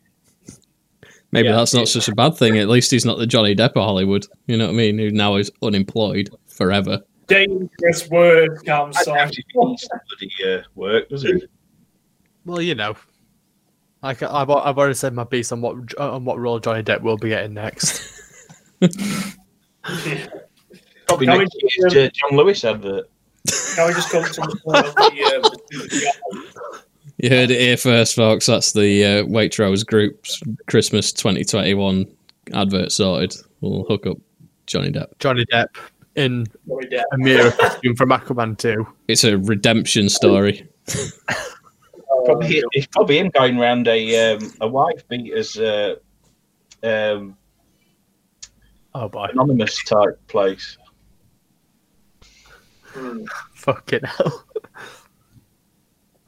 Speaker 1: Maybe
Speaker 2: Yeah.
Speaker 1: that's not such a bad thing. At least he's not the Johnny Depp of Hollywood. You know what I mean? Who now is unemployed forever.
Speaker 2: Dangerous word, Cam.
Speaker 3: I
Speaker 2: Sorry.
Speaker 3: doubt he needs bloody uh, work, does he?
Speaker 4: Well, you know, like I- I've, al- I've already said my piece on what on what role Johnny Depp will be getting next.
Speaker 3: Probably
Speaker 2: Can
Speaker 3: next
Speaker 2: we-
Speaker 3: year's uh, John Lewis advert.
Speaker 2: Can we just come to the point of the, uh,
Speaker 1: You heard it here first, folks. That's the uh, Waitrose Group's Christmas 2021 advert sorted. We'll hook up Johnny Depp.
Speaker 4: Johnny Depp in
Speaker 2: Johnny Depp?
Speaker 4: a mirror costume from Aquaman 2.
Speaker 1: It's a redemption story.
Speaker 3: Probably
Speaker 2: Um,
Speaker 3: it's probably him going round a um, a wife beater's uh, um,
Speaker 4: Oh boy,
Speaker 3: anonymous type place.
Speaker 2: Hmm.
Speaker 4: fucking hell.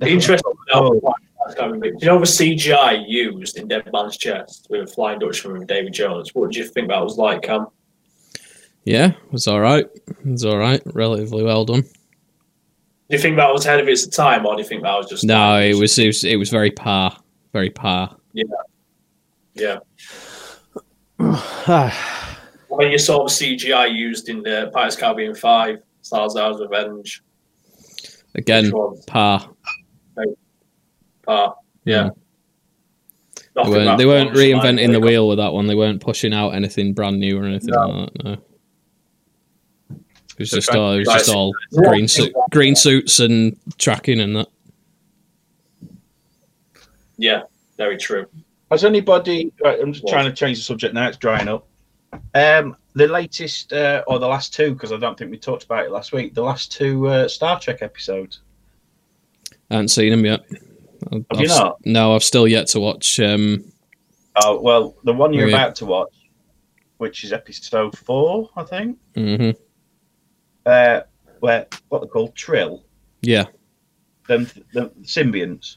Speaker 2: Interesting.
Speaker 3: Oh.
Speaker 2: Do you know the CGI used in Dead Man's Chest with a Flying Dutchman with David Jones? What did you think that was like, Cam?
Speaker 1: Yeah, it was all right. It was all right. Relatively well done.
Speaker 2: Do you think that was ahead of its time, or do you think that was just
Speaker 1: No, it was it was, it was very par, very par.
Speaker 2: Yeah,
Speaker 4: Ah,
Speaker 2: when you saw the CGI used in the Pirates of the Caribbean Five, Star Wars: Revenge,
Speaker 1: Again,
Speaker 2: which was
Speaker 1: par.
Speaker 2: uh, yeah.
Speaker 1: Mm. They weren't, they weren't reinventing the wheel with that one. They weren't pushing out anything brand new or anything like that. No. It was
Speaker 3: So
Speaker 1: just all, it was
Speaker 2: guys-
Speaker 1: just all
Speaker 2: Yeah.
Speaker 1: green suit, green suits and tracking and that.
Speaker 2: Yeah, very true.
Speaker 3: Has anybody? Right, I'm just trying to change the subject now. It's drying up. Um, the latest uh, or the last two, because I don't think we talked about it last week. The last two uh, Star Trek episodes.
Speaker 1: I haven't seen them yet. I've,
Speaker 3: Have you
Speaker 1: I've s-
Speaker 3: not?
Speaker 1: No, I've still yet to watch. Um,
Speaker 3: Oh well, the one you're
Speaker 1: Yeah.
Speaker 3: about to watch, which is episode four, I think.
Speaker 1: mhm.
Speaker 3: Uh, where what they call Trill,
Speaker 1: Yeah,
Speaker 3: them, the symbionts.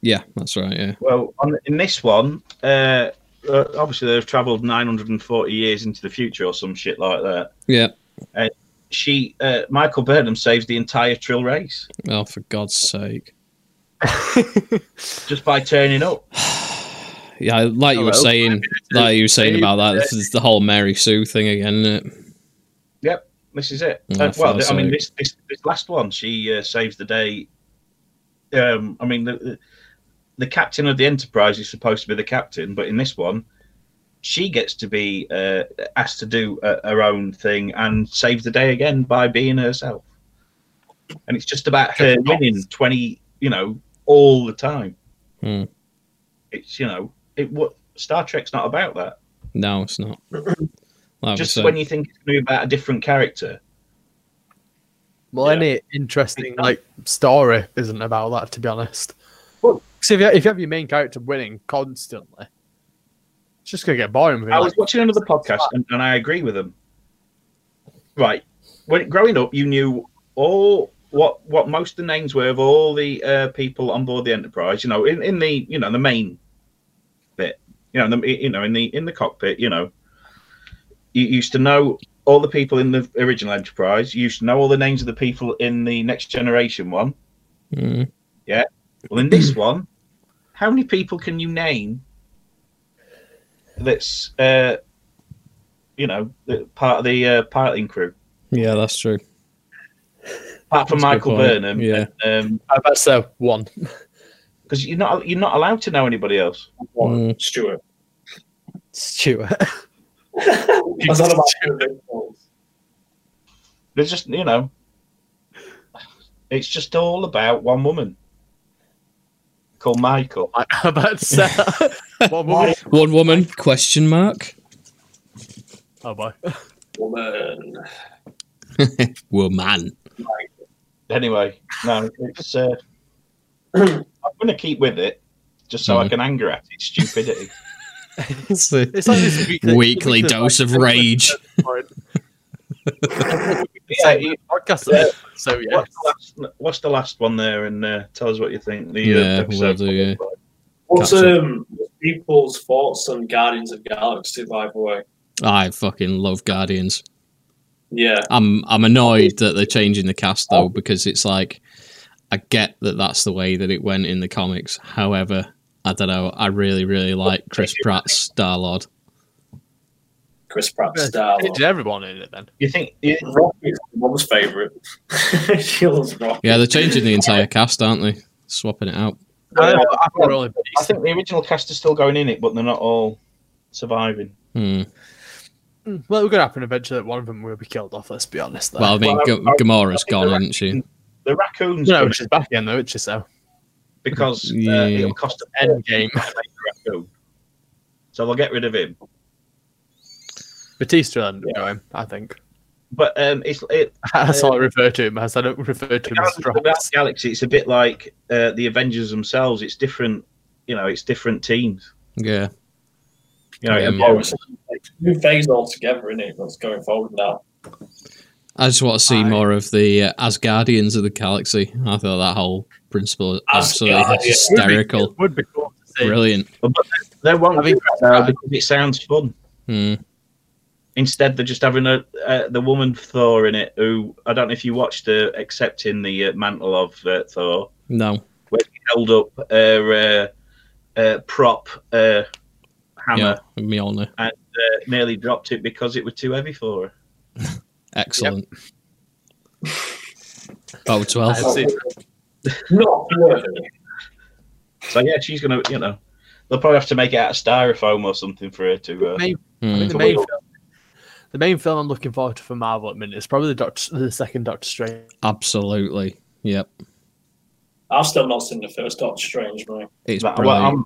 Speaker 1: yeah, that's right. Yeah,
Speaker 3: Well, on, in this one, uh, uh, obviously they've travelled 940 years into the future or some shit like that.
Speaker 1: yeah.
Speaker 3: She, uh, Michael Burnham, saves the entire Trill race
Speaker 1: Oh, for God's sake!
Speaker 3: just by turning up.
Speaker 1: Yeah,
Speaker 3: Oh,
Speaker 1: like you were
Speaker 4: Hello.
Speaker 1: saying, like you were saying about that. This is the whole Mary Sue thing again. Isn't it?
Speaker 3: This is it.
Speaker 1: Oh,
Speaker 3: Uh,
Speaker 1: for
Speaker 3: well,
Speaker 1: fuck's
Speaker 3: I mean,
Speaker 1: sake.
Speaker 3: this, this this last one, she uh, saves the day. Um, I mean, the, the the captain of the Enterprise is supposed to be the captain, but in this one, she gets to be uh, asked to do uh, her own thing and save the day again by being herself. And it's just about her winning twenty, you know, all the time.
Speaker 1: Hmm.
Speaker 3: It's you know, it what Star Trek's not about that.
Speaker 1: No, it's not. Like
Speaker 3: just
Speaker 1: we said,
Speaker 3: when you think it's going to be about a different character,
Speaker 4: well,
Speaker 2: Yeah.
Speaker 4: any interesting like story isn't about that, to be honest.
Speaker 3: Well-
Speaker 4: So if you, if you have your main character winning constantly, it's just gonna get boring. with you,
Speaker 3: I
Speaker 4: like,
Speaker 3: was watching another podcast and, and I agree with them. Right. When growing up, you knew all what what most of the names were of all the uh, people on board the Enterprise. You know, in, in the you know the main bit. You know, in the, you know in the in the cockpit. You know, you used to know all the people in the original Enterprise. You used to know all the names of the people in the Next Generation one.
Speaker 1: mm,
Speaker 3: Well, in this one, how many people can you name that's, uh, you know, that- part of the uh, piloting crew?
Speaker 1: yeah, that's true.
Speaker 3: Apart from
Speaker 1: That's a good
Speaker 3: Michael
Speaker 1: point.
Speaker 3: Burnham,
Speaker 1: Yeah.
Speaker 3: because
Speaker 4: I bet so. One.
Speaker 3: you're not you're not allowed to know anybody else.
Speaker 1: Mm.
Speaker 2: Stuart.
Speaker 4: Stuart.
Speaker 2: That's not about Stuart.
Speaker 3: There's just you know, it's just all about one woman called Michael.
Speaker 4: I I bet so. One woman.
Speaker 1: One woman? Question mark.
Speaker 4: Oh boy.
Speaker 2: Woman.
Speaker 1: Woman.
Speaker 3: Anyway, no, it's uh, I'm going to keep with it just so I
Speaker 1: Mhm.
Speaker 3: can anger at its stupidity.
Speaker 1: It's the
Speaker 4: It's like this weekly,
Speaker 1: weekly dose of rage.
Speaker 3: yeah, you-
Speaker 4: podcast.
Speaker 3: Yeah.
Speaker 4: So yeah.
Speaker 3: What's the, last, what's the last one there? And uh, tell us what you think. The uh,
Speaker 1: Yeah,
Speaker 3: episode.
Speaker 1: we'll do, yeah.
Speaker 2: What's
Speaker 1: Gotcha.
Speaker 2: um people's thoughts on Guardians of the Galaxy? By the way,
Speaker 1: I fucking love Guardians.
Speaker 2: yeah,
Speaker 1: I'm I'm annoyed that they're changing the cast though because it's like I get that that's the way that it went in the comics. However, I don't know. I really really like Chris Pratt's Star Lord.
Speaker 2: Chris Pratt star.
Speaker 4: Did everyone in it then?
Speaker 3: You think? You,
Speaker 2: Rocket's mum's favourite. she loves Rocket.
Speaker 1: Yeah, they're changing the entire cast, aren't they? Swapping it out.
Speaker 3: I,
Speaker 4: I, I think we're all in
Speaker 3: uh, I think the original cast is still going in it, but they're not all surviving.
Speaker 1: Hmm.
Speaker 4: peace. Hmm, Well, it going to happen eventually. that One of them will be killed off. Let's be honest. Though.
Speaker 1: Well, I mean,
Speaker 3: Well,
Speaker 1: Ga-
Speaker 3: I- I-
Speaker 1: Gamora's
Speaker 3: I think
Speaker 1: gone,
Speaker 3: they're
Speaker 1: isn't she?
Speaker 3: The raccoons
Speaker 4: no,
Speaker 3: come
Speaker 4: she's back again though, which is uh,
Speaker 3: in
Speaker 4: so
Speaker 3: because
Speaker 1: Yeah.
Speaker 3: uh, it'll cost a penny
Speaker 4: end game.
Speaker 3: to make the raccoon, so they'll get rid of him.
Speaker 4: Batista will end up going. I think
Speaker 3: But um, it's it,
Speaker 4: that's all I refer to him as. I don't refer to him as
Speaker 3: Guardians of the
Speaker 4: Strax.
Speaker 3: Galaxy. It's a bit like uh, the Avengers themselves. It's different. You know, it's different teams.
Speaker 1: Yeah.
Speaker 3: You know, it
Speaker 1: Um,
Speaker 3: evolves.
Speaker 2: Oh, It's like a new phase altogether, isn't it? That's going forward now.
Speaker 1: I just want to see
Speaker 4: I-
Speaker 1: more of the uh, as Guardians of the Galaxy. I thought that whole principle is absolutely
Speaker 2: Asgardians.
Speaker 1: hysterical,
Speaker 4: Would be, it would be cool to see.
Speaker 1: brilliant.
Speaker 3: They won't
Speaker 4: I
Speaker 3: do
Speaker 4: think-
Speaker 3: that now because it sounds fun.
Speaker 1: Hmm.
Speaker 3: Instead, they're just having a, uh, the woman Thor in it, who I don't know if you watched her accepting the uh, mantle of uh, Thor,
Speaker 1: No,
Speaker 3: where she held up her uh, uh, prop uh,
Speaker 1: yeah,
Speaker 3: hammer,
Speaker 1: Mjolnir,
Speaker 3: uh, nearly dropped it because it was too heavy for her.
Speaker 1: excellent. Bodes well.
Speaker 4: I've seen-
Speaker 2: Not worth it.
Speaker 3: So yeah, she's gonna, you know, they'll probably have to make it out of styrofoam or something for her to. Uh,
Speaker 4: Maybe. I
Speaker 1: Hmm.
Speaker 4: think the main film, the main film I'm looking forward to for Marvel at the minute is probably the Doctor, the second Doctor Strange.
Speaker 1: Absolutely. Yep.
Speaker 2: I've still not seen the first Doctor Strange, mate.
Speaker 1: It's
Speaker 3: Well,
Speaker 1: brilliant.
Speaker 3: I'm-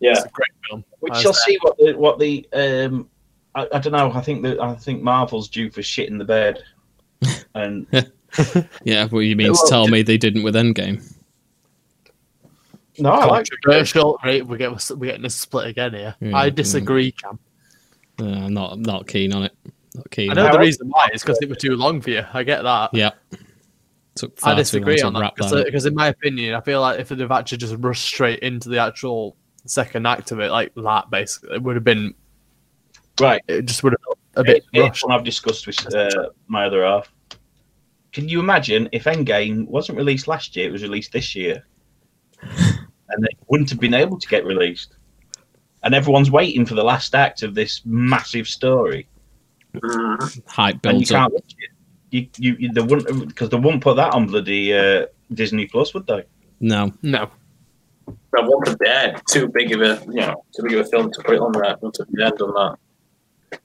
Speaker 2: Yeah,
Speaker 4: It's a great film.
Speaker 3: We
Speaker 4: I
Speaker 3: shall
Speaker 4: was
Speaker 3: see what the what the um I, I don't know. I think that I think Marvel's due for shit in the bed, and
Speaker 1: yeah, well, you mean to
Speaker 4: Well,
Speaker 1: tell me they didn't with Endgame?
Speaker 3: no,
Speaker 4: Oh,
Speaker 3: I like
Speaker 4: controversial. Right, we get we're getting this split again here.
Speaker 1: Yeah,
Speaker 4: I disagree, Cam.
Speaker 1: Uh, I'm not, I'm not keen on it. Not keen.
Speaker 4: I
Speaker 1: on
Speaker 4: know
Speaker 1: it.
Speaker 4: the reason why is because it was too long for you. I get that.
Speaker 1: Yeah. Took far
Speaker 4: I
Speaker 1: too long
Speaker 4: disagree
Speaker 1: to
Speaker 4: on that uh,
Speaker 1: wrap
Speaker 4: because,
Speaker 1: that up.
Speaker 4: in my opinion, I feel like if they'd have actually just rushed straight into the actual second act of it like that, basically, it would have been
Speaker 3: right.
Speaker 4: it just would have a bit
Speaker 3: It's it's
Speaker 4: rushed.
Speaker 3: one I've discussed with uh, my other half. Can you imagine if Endgame wasn't released last year? It was released this year, and it wouldn't have been able to get released. And everyone's waiting for the last act of this massive story,
Speaker 2: Mm-hmm.
Speaker 1: Hype
Speaker 3: and you
Speaker 1: builds up.
Speaker 3: can't watch it. You, you, you they wouldn't because they wouldn't put that on bloody uh, Disney Plus, would they?
Speaker 1: No.
Speaker 4: No,
Speaker 2: but Walk of Dead too big of a you know too big of a film to put it on there. Once have dead on that,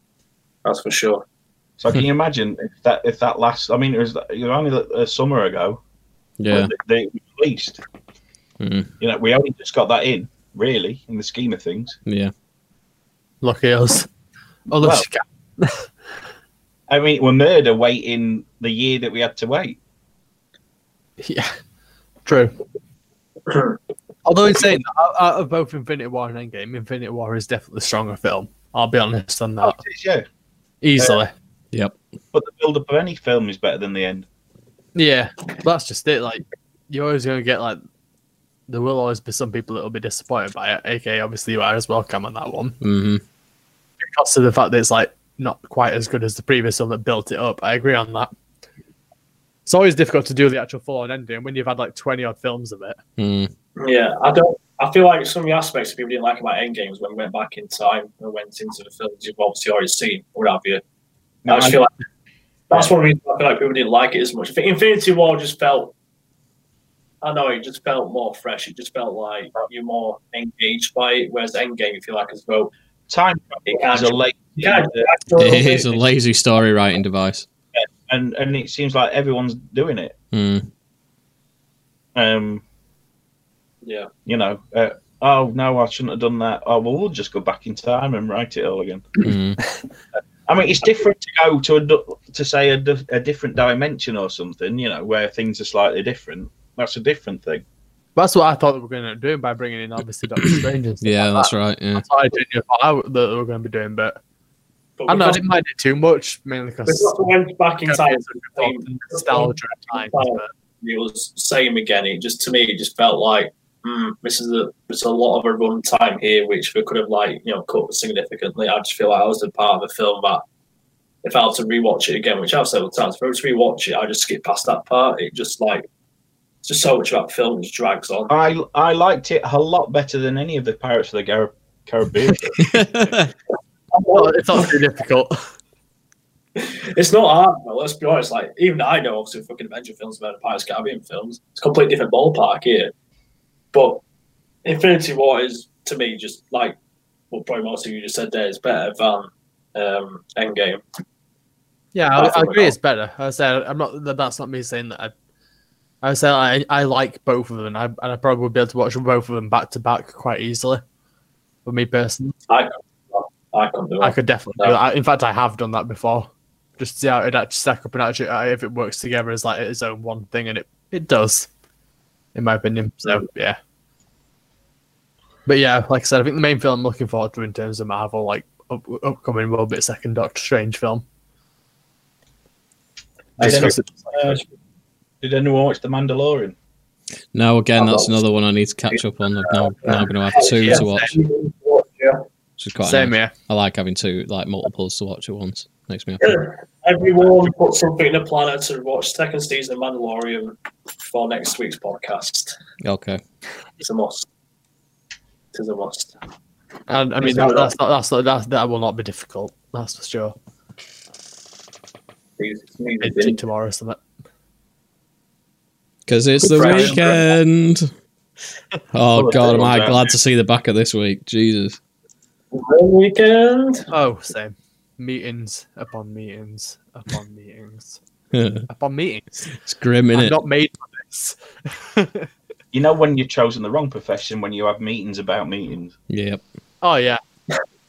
Speaker 2: that's for sure.
Speaker 3: So can you imagine if that if that lasts? I mean, it was, it was only a summer ago
Speaker 1: Yeah.
Speaker 3: when they, they released.
Speaker 1: Mm.
Speaker 3: You know, we only just got that in, really, in the scheme of things.
Speaker 1: Yeah.
Speaker 4: lucky us. Oh,
Speaker 3: Well,
Speaker 4: look,
Speaker 3: I mean, we're murder waiting the year that we had to wait.
Speaker 4: Yeah, true. Although in saying that, out- out of both Infinity War and Endgame, Infinity War is definitely the stronger film. I'll be honest on
Speaker 3: Oh,
Speaker 4: that
Speaker 3: it is, yeah,
Speaker 4: easily.
Speaker 1: Yep.
Speaker 3: but the build up of any film is better than the end.
Speaker 4: yeah, that's just it. Like you're always going to get like there will always be some people that will be disappointed by it. Aka, obviously you are as well, Cam, on that one
Speaker 1: hmm
Speaker 4: because of the fact that it's like not quite as good as the previous film that built it up. I agree on that. It's always difficult to do the actual full on ending when you've had like twenty odd films of it.
Speaker 1: Mm.
Speaker 2: Yeah, I don't. I feel like some of the aspects that people didn't like about Endgame was when we went back in time and went into the films you've obviously already seen, or what have you. I just feel like that's one reason I feel like people didn't like it as much. I think Infinity War just felt. I know it just felt more fresh. It just felt like you're more engaged by it. Whereas Endgame, you feel like as well,
Speaker 3: time
Speaker 2: it
Speaker 3: is
Speaker 2: kind
Speaker 3: a
Speaker 2: of
Speaker 3: late,
Speaker 2: it kind of-
Speaker 1: It is a lazy story writing device.
Speaker 3: and and it seems like everyone's doing it.
Speaker 1: Mm.
Speaker 3: Um,
Speaker 2: yeah.
Speaker 3: you know, uh, oh no, I shouldn't have done that. Oh well, we'll just go back in time and write it all again.
Speaker 1: Mm.
Speaker 3: I mean, it's different to go to a, du- to say a, di- a different dimension or something, you know, where things are slightly different. That's a different thing.
Speaker 4: That's what I thought they were going to do by bringing in obviously Doctor Strange. And stuff
Speaker 1: Yeah,
Speaker 4: like
Speaker 1: that's right. Yeah.
Speaker 4: That's what I genuinely thought I, that they were going to be doing, but
Speaker 2: But
Speaker 4: I,
Speaker 2: we've
Speaker 4: know, I
Speaker 2: got-
Speaker 4: didn't mind it too much, mainly
Speaker 2: we've
Speaker 4: because
Speaker 2: got to went back in time.
Speaker 4: nostalgia at times. But
Speaker 2: It was same again. It just to me, it just felt like mm, this is a there's a lot of a run time here, which we could have like you know cut significantly. I just feel like I was the part of the film that if I had to rewatch it again, which I've several times, if I were to rewatch it, I just skip past that part. It just like it's just so much about film just drags on.
Speaker 3: I I liked it a lot better than any of the Pirates of the Gar- Caribbean.
Speaker 4: Well, it's not too difficult.
Speaker 2: It's not hard, but let's be honest. Like even I know, obviously, fucking adventure films about the Pirates of the Caribbean films. It's a completely different ballpark here. But Infinity War is to me just like what probably most of you just said there is better than um, Endgame.
Speaker 4: Yeah, I, I
Speaker 2: Definitely
Speaker 4: agree.
Speaker 2: not.
Speaker 4: It's better. I say I'm not. that- That's not me saying that. I, I would say I, I like both of them. I, and I probably would be able to watch both of them back to back quite easily. For me personally,
Speaker 2: I can't do
Speaker 4: I
Speaker 2: it.
Speaker 4: could definitely. Do that. I, in fact, I have done that before. Just to see how it actually stack up and actually uh, if it works together as like its own one thing, and it it does, in my opinion. So yeah. But yeah, like I said, I think the main film I'm looking forward to in terms of Marvel, like up, upcoming, will be a second Doctor Strange film.
Speaker 3: Did,
Speaker 4: Discuss
Speaker 3: anyone,
Speaker 4: it.
Speaker 3: uh, did anyone watch The Mandalorian?
Speaker 1: Now again, that's
Speaker 2: Oh, well.
Speaker 1: another one I need to catch up on. I'm now, now going to have two
Speaker 4: yeah.
Speaker 1: to watch,
Speaker 2: Yeah.
Speaker 1: which is quite.
Speaker 4: Same
Speaker 1: nice.
Speaker 4: here.
Speaker 1: I like having two, like multiples to watch at once. Makes me happy.
Speaker 2: Yeah. Everyone put something in the planner to watch second season of Mandalorian for next week's podcast.
Speaker 1: Okay.
Speaker 2: It's a must. It's a must.
Speaker 4: And I mean, that, that's not, that's not, that's, that will not be difficult. That's for sure.
Speaker 2: It's- it's needed.
Speaker 4: Editing tomorrow or something.
Speaker 1: Because it's the
Speaker 2: Fresh.
Speaker 1: weekend. Oh
Speaker 3: Well,
Speaker 1: God, am
Speaker 3: everyone's
Speaker 1: I
Speaker 3: out.
Speaker 1: glad to see the back of this week? Jesus.
Speaker 2: Long weekend.
Speaker 4: Oh, same. Meetings upon meetings upon meetings
Speaker 1: it's
Speaker 4: upon meetings.
Speaker 1: grim,
Speaker 4: I'm
Speaker 1: innit?
Speaker 4: not made for this.
Speaker 3: You know when you've chosen the wrong profession when you have meetings about meetings.
Speaker 1: Yep.
Speaker 4: Oh yeah.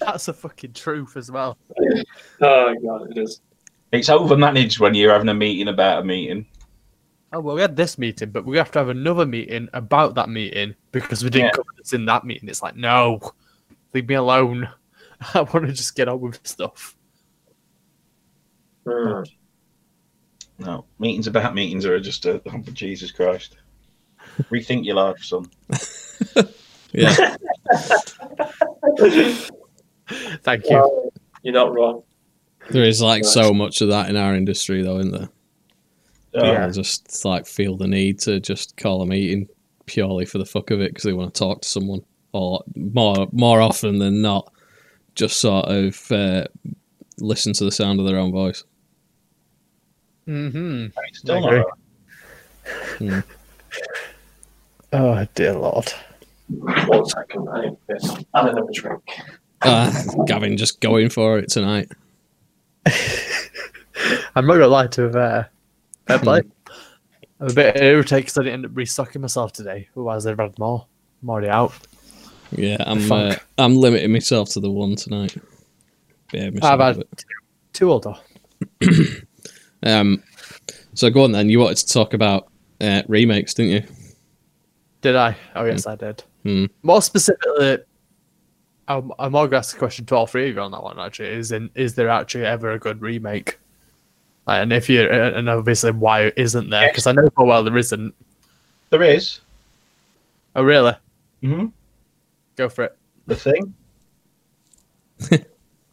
Speaker 4: That's the fucking truth as well.
Speaker 2: Oh god, it is.
Speaker 3: It's overmanaged when you're having a meeting about a meeting.
Speaker 4: Oh well, we had this meeting, but we have to have another meeting about that meeting because we didn't
Speaker 3: Yeah.
Speaker 4: cover this in that meeting. It's like, no, leave me alone. I want to just get on with stuff.
Speaker 2: Mm.
Speaker 3: No, meetings about meetings are just a oh, Jesus Christ. Rethink your life, son.
Speaker 1: Yeah.
Speaker 4: Thank you.
Speaker 2: Well, you're not wrong.
Speaker 1: There is like so much of that in our industry, though, isn't there?
Speaker 3: Oh,
Speaker 1: People just like feel the need to just call a meeting purely for the fuck of it because they want to talk to someone, or more more often than not, just sort of uh, listen to the sound of their own voice.
Speaker 4: hmm
Speaker 3: it's still not
Speaker 4: agree.
Speaker 3: right.
Speaker 4: Oh dear lord.
Speaker 2: One second, I need this. And another drink.
Speaker 1: Ah, Gavin just going for it tonight.
Speaker 4: I'm not gonna lie to uh, fair play. I'm a bit irritated because I didn't end up restocking myself today. Otherwise, I'd have had more. I'm already out.
Speaker 1: Yeah, I'm uh,
Speaker 4: Fuck.
Speaker 1: I'm limiting myself to the one tonight. Yeah,
Speaker 4: I've had two older.
Speaker 1: Um, so go on then. You wanted to talk about uh, remakes, didn't you?
Speaker 4: Did I? Oh yes, I did.
Speaker 1: Hmm.
Speaker 4: More specifically, I'm, I'm going to ask a question to all three of you on that one. Actually, is in, is there actually ever a good remake? Like, and if you uh, and obviously why isn't there? Because I know for a while there isn't.
Speaker 3: There is.
Speaker 4: Oh really?
Speaker 3: Mm-hmm.
Speaker 4: Go for it.
Speaker 3: The thing.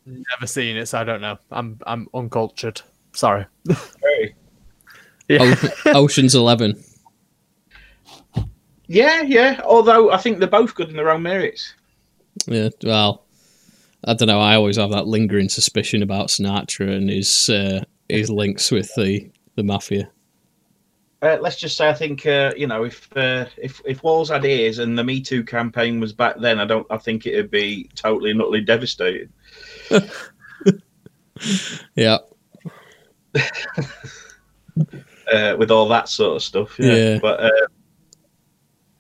Speaker 4: Never seen it, so I don't know. I'm I'm uncultured. Sorry.
Speaker 3: Very.
Speaker 4: Yeah.
Speaker 1: O- Ocean's Eleven.
Speaker 3: Yeah, yeah. Although I think they're both good in their own merits.
Speaker 1: Yeah, well, I don't know. I always have that lingering suspicion about Sinatra and his uh, his links with the the mafia.
Speaker 3: Uh, let's just say I think uh, you know if uh, if if Walls had ears and the Me Too campaign was back then, I don't. I think it'd be totally and utterly devastated.
Speaker 1: Yeah,
Speaker 3: uh, with all that sort of stuff. Yeah.
Speaker 1: Yeah.
Speaker 3: But uh,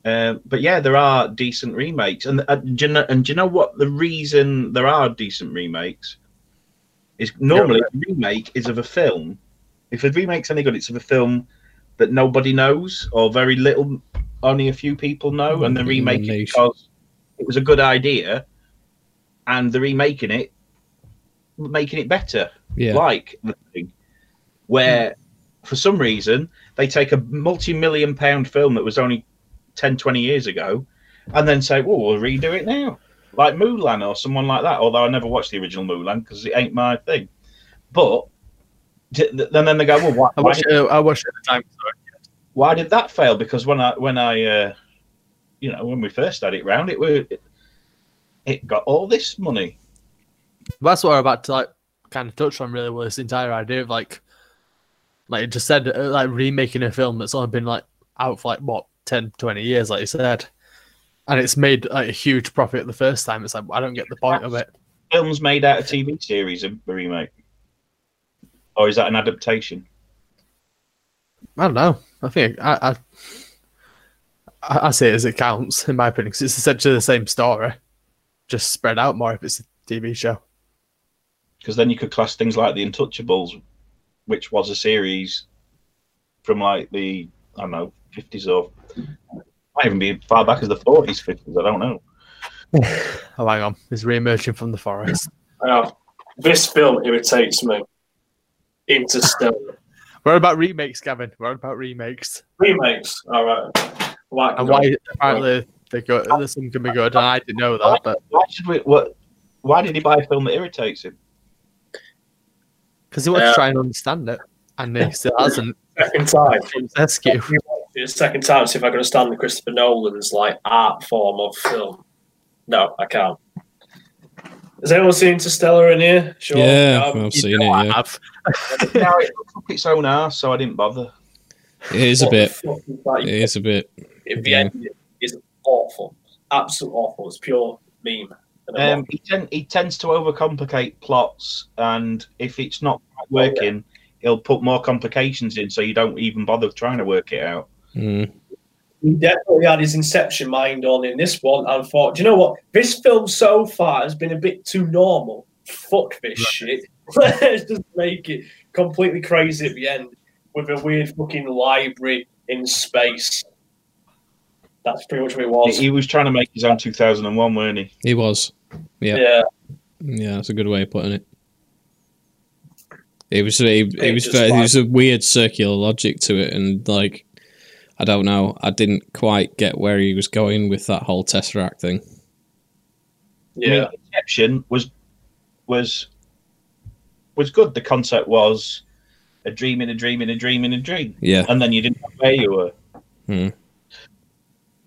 Speaker 3: um but yeah, there are decent remakes, and uh, do you know, and do you know what the reason there are decent remakes is normally a remake is of a film. If a remake's any good, it's of a film that nobody knows or very little, only a few people know, and they're
Speaker 1: Mm,
Speaker 3: remaking it
Speaker 1: niche.
Speaker 3: because it was a good idea, and they're remaking it, making it better
Speaker 1: yeah,
Speaker 3: like the thing, where
Speaker 4: Hmm.
Speaker 3: for some reason they take a multi-million pound film that was only 10, 20 years ago, and then say, "Well, we'll redo it now," like Mulan or someone like that. Although I never watched the original Mulan because it ain't my thing. But d- th- then then they go, "Well, why,
Speaker 4: I
Speaker 3: why
Speaker 4: watched
Speaker 3: did,
Speaker 4: it. I watched it at the time. Sorry.
Speaker 3: why did that fail?" Because when I when I uh, you know when we first had it round, it were it got all this money.
Speaker 4: that's what I'm about to like kind of touch on really was this entire idea of like like you just said uh, like remaking a film that's only been like out for like what 10 20 years like you said and it's made like a huge profit the first time it's like i don't get the point of it
Speaker 3: films made out of TV series a a remake, or is that an adaptation?
Speaker 4: i don't know i think i i, I, I see it as it counts in my opinion 'cause it's essentially the same story just spread out more if it's a tv show
Speaker 3: Because then you could class things like The Untouchables, which was a series from like the I don't know fifties or might even be far back as the forties, fifties. I don't know.
Speaker 4: oh hang on he's re-emerging from the forest
Speaker 2: Uh, this film irritates me. Interstellar
Speaker 4: What about remakes, Gavin? What about remakes?
Speaker 2: remakes. All right. Why?
Speaker 4: And why apparently they go there's some can be good and I didn't know that, but
Speaker 3: Why should we? What? Why did he buy a film that irritates him?
Speaker 4: because he wants
Speaker 2: Yeah.
Speaker 4: to try and understand it. And he still hasn't
Speaker 2: Second time.
Speaker 4: It's askew.
Speaker 2: The second time, see if I can understand the Christopher Nolan's like art form of film. No, I can't. Has anyone seen Interstellar in here? Sure.
Speaker 1: yeah,
Speaker 2: Um,
Speaker 1: I've seen it.
Speaker 4: I
Speaker 1: Yeah.
Speaker 4: have.
Speaker 3: now it looks up its own ass, so I didn't bother.
Speaker 1: It is a
Speaker 2: what the
Speaker 1: bit.
Speaker 2: fuck is that?
Speaker 1: It is a bit.
Speaker 2: If the
Speaker 1: Yeah.
Speaker 2: end is awful, absolute awful. It's pure meme. And I'm
Speaker 3: Um, he, ten- he tends to overcomplicate plots, and if it's not quite working, he'll put more complications in, so you don't even bother trying to work it out.
Speaker 1: Mm,
Speaker 2: He definitely had his inception mind on in this one and thought, do you know what? This film so far has been a bit too normal. Fuck this shit. Let's just make it completely crazy at the end with a weird fucking library in space. That's pretty much what it was.
Speaker 3: He, he was trying to make his own 2001, weren't he?
Speaker 1: he was. Yeah.
Speaker 2: yeah.
Speaker 1: Yeah, that's a good way of putting it. It was it, it
Speaker 2: It
Speaker 1: was
Speaker 2: just
Speaker 1: very,
Speaker 2: like-
Speaker 1: it was a weird circular logic to it, and like I don't know, I didn't quite get where he was going with that whole tesseract thing.
Speaker 2: Yeah.
Speaker 3: I mean, Inception was was was good. The concept was a dream in a dream in a dream in a dream,
Speaker 1: Yeah,
Speaker 3: and then you didn't know where you were. Am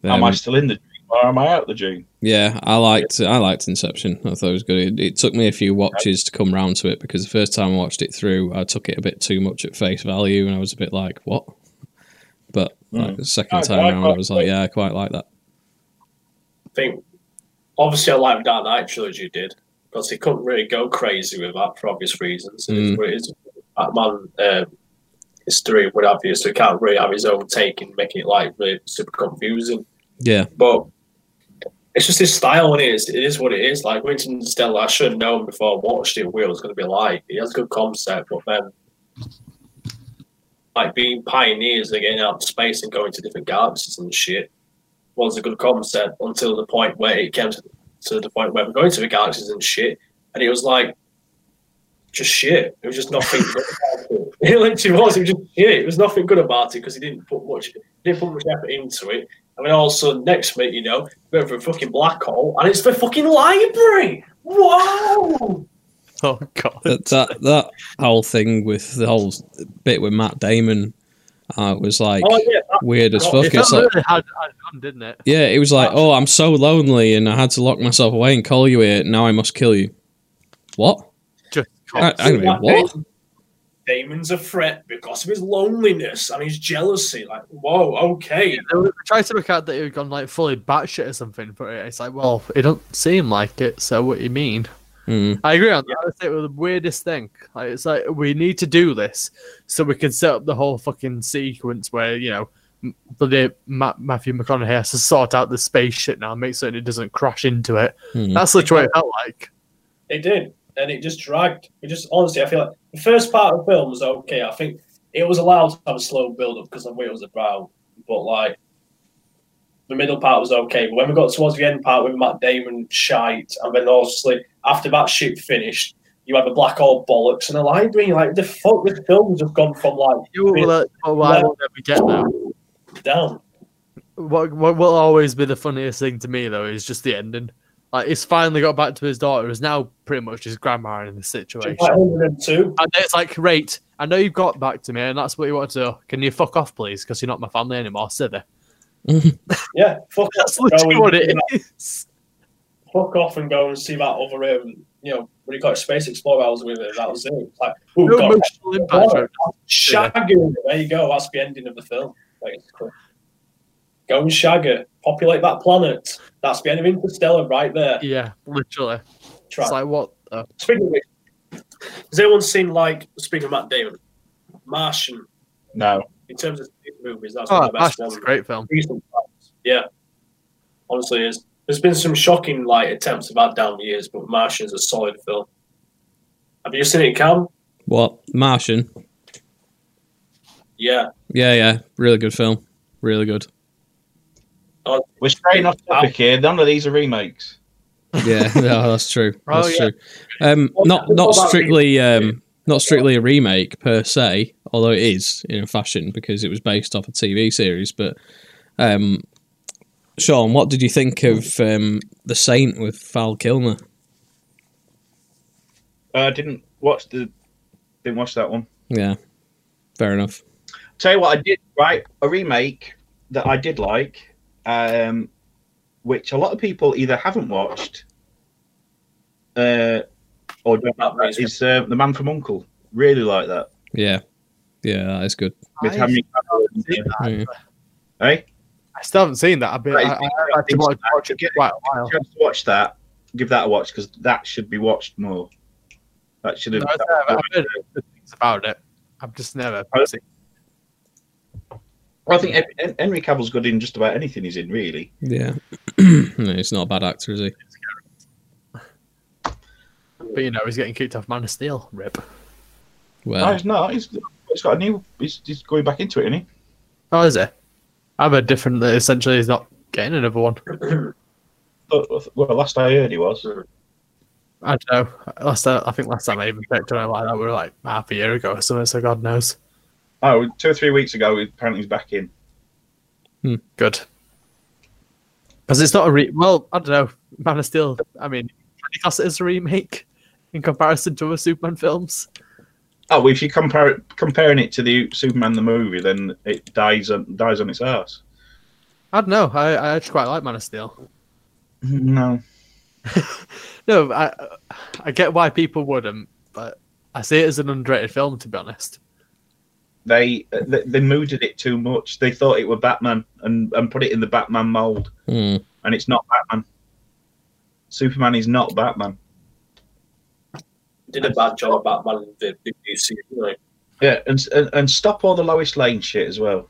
Speaker 1: Um,
Speaker 3: I still in the dream or am I out the dream?
Speaker 1: yeah, I liked I liked Inception. I thought it was good. It, it took me a few watches to come round to it because the first time I watched it through, I took it a bit too much at face value, and I was a bit like, "What?" But like, the second
Speaker 3: I-
Speaker 1: time
Speaker 3: I
Speaker 1: round, I
Speaker 3: quite
Speaker 1: was like,
Speaker 3: like-
Speaker 1: "Yeah, I quite like that."
Speaker 2: I think obviously I like the Dark Knight trilogy did because he couldn't really go crazy with that for obvious reasons. It is
Speaker 1: Mm.
Speaker 2: what it is. Batman um, history would have you, so he can't really have his own take and making it like really super confusing.
Speaker 1: Yeah,
Speaker 2: But it's just his style, and it is it is what it is. Like Winston Stella, I should have known before I watched it what it was going to be like. He has a good concept, but then like being pioneers and getting out of space and going to different galaxies and shit was a good concept until the point where it came to, to the point where we're going to the galaxies and shit, and it was like just shit. It was just nothing. good about it. It literally was. It was just shit. It was nothing good about it because he didn't put much he didn't put much effort into it. And then all of a sudden, next minute, you know, we're for a fucking black hole, and it's the fucking library. Wow!
Speaker 4: Oh god.
Speaker 1: that, that that whole thing with the whole bit with Matt Damon uh, was like
Speaker 2: Oh yeah, that-
Speaker 1: weird as
Speaker 2: It
Speaker 1: fuck.
Speaker 4: It
Speaker 1: It's
Speaker 4: felt
Speaker 1: like,
Speaker 4: really hard, hard done, didn't it?
Speaker 1: yeah, it was like, oh, I'm so lonely, and I had to lock myself away and call you here. Now I must kill you. What?
Speaker 4: Just
Speaker 1: I, hang on a minute, what?
Speaker 2: Damon's a threat because of his loneliness and his jealousy. Like, whoa, okay.
Speaker 4: they were trying to look at that he'd gone like fully batshit or something, but it's like, well, it don't seem like it. So what do you mean?
Speaker 1: Mm,
Speaker 4: I agree on that. I would say it was the weirdest thing. Like, it's like we need to do this so we can set up the whole fucking sequence where you know, m- bloody Ma- Matthew McConaughey has to sort out the space shit now, make certain it doesn't crash into it.
Speaker 1: mm.
Speaker 4: That's literally what it felt like.
Speaker 2: It did, and it just dragged. It just honestly, I feel like the first part of the film was okay. I think it was allowed to have a slow build up because of what it was about, but like the middle part was okay. But when we got towards the end part with Matt Damon shite, and then obviously after that shit finished, you have a black hole bollocks and a library. You're like the fuck, this film's have gone from like
Speaker 4: You will, uh, oh, why
Speaker 2: Yeah.
Speaker 4: won't we get now?
Speaker 2: down.
Speaker 4: What, what will always be the funniest thing to me though is just the ending. Like he's finally got back to his daughter, who's now pretty much his grandma in this situation.
Speaker 2: Like 102.
Speaker 4: And it's like, great, I know you've got back to me, and that's what you want to do. Can you fuck off, please? Because you're not my family anymore, silly.
Speaker 2: Yeah, fuck
Speaker 4: That's
Speaker 2: off,
Speaker 4: literally
Speaker 2: go
Speaker 4: what
Speaker 2: and-
Speaker 4: it is.
Speaker 2: fuck off and go and see that other um, you know, what do you call it, space explorer I was with it. That was it. It's Like, oh
Speaker 4: No
Speaker 2: god,
Speaker 4: emotional impact. right?
Speaker 2: Shagger. There you go. That's the ending of the film. Like, it's cool. Go and Shagger. Populate that planet. That's the end of Interstellar right there.
Speaker 4: Yeah, literally.
Speaker 2: Try.
Speaker 4: It's like what? the-
Speaker 2: Speaking of which, has anyone seen, like, speaking of Matt Damon, Martian,
Speaker 3: No,
Speaker 2: in terms of movies, that's one
Speaker 4: Oh,
Speaker 2: of the
Speaker 4: that's
Speaker 2: best
Speaker 4: that's
Speaker 2: ones.
Speaker 4: a great film.
Speaker 2: recent times. Yeah, honestly, it is. There's been some shocking like attempts about down the years, but Martian's a solid film. Have you seen it, Cam?
Speaker 1: What? Martian?
Speaker 2: Yeah,
Speaker 1: Yeah, yeah, really good film, really good.
Speaker 3: we're straying off topic here. None of these are remakes.
Speaker 1: Yeah, no, that's true.
Speaker 4: Oh,
Speaker 1: That's
Speaker 4: yeah.
Speaker 1: true. Um, not not strictly um, Not strictly a remake per se, although it is in a fashion because it was based off a TV series. But um, Sean, what did you think of um, The Saint with Val Kilmer?
Speaker 3: Uh, I didn't watch the didn't watch that one.
Speaker 1: Yeah, fair enough.
Speaker 3: Tell you what, I did right a remake that I did like, um, which a lot of people either haven't watched uh, or don't.
Speaker 2: That raised me.
Speaker 3: Is uh, the Man from Uncle? Really like that
Speaker 1: Yeah, yeah, that is good.
Speaker 3: with
Speaker 4: I
Speaker 3: Henry Cavill and-
Speaker 4: haven't seen that.
Speaker 1: Yeah.
Speaker 3: Hey,
Speaker 4: I still haven't seen that. I've been.
Speaker 3: Right,
Speaker 4: I, I, I had to watch, watch it for quite a while.
Speaker 3: just watch that. Give that a watch because that should be watched more. That should have.
Speaker 4: No, I've I've heard good things about it. I've just never
Speaker 3: Oh.
Speaker 4: seen.
Speaker 3: I think Hen- Hen- Henry Cavill's good in just about anything he's in, really.
Speaker 1: Yeah, no, he's not a bad actor, is he?
Speaker 4: it. But you know, he's getting kicked off Man of Steel. Rip.
Speaker 3: No,
Speaker 1: Well,
Speaker 3: Oh, he's not. He's, he's got a new. He's, he's going back into it, isn't he?
Speaker 4: Oh, is it? I've heard different. That essentially, he's not getting another one.
Speaker 3: But- Well, last I heard, he was.
Speaker 4: I don't know. Last time, I think last time I even picked on it like that, we were like half a year ago or something. So God knows.
Speaker 3: Oh, two or three weeks ago, apparently he's back in.
Speaker 4: Good. Because it's not a re. Well, I don't know. Man of Steel. I mean, can you class it as a remake in comparison to other Superman films?
Speaker 3: Oh, if you compare it, comparing it to the Superman the movie, then it dies on dies on its ass.
Speaker 4: I don't know. I, I actually quite like Man of Steel.
Speaker 3: No,
Speaker 4: No, I I get why people wouldn't, but I see it as an underrated film to be honest.
Speaker 3: they they, they mooded it too much. They thought it were Batman and and put it in the Batman mold,
Speaker 1: hmm,
Speaker 3: and it's not Batman. Superman is not Batman.
Speaker 2: Did a bad job of Batman in the big new series. Like,
Speaker 3: Yeah, and and, and stop all the Lois Lane shit as well.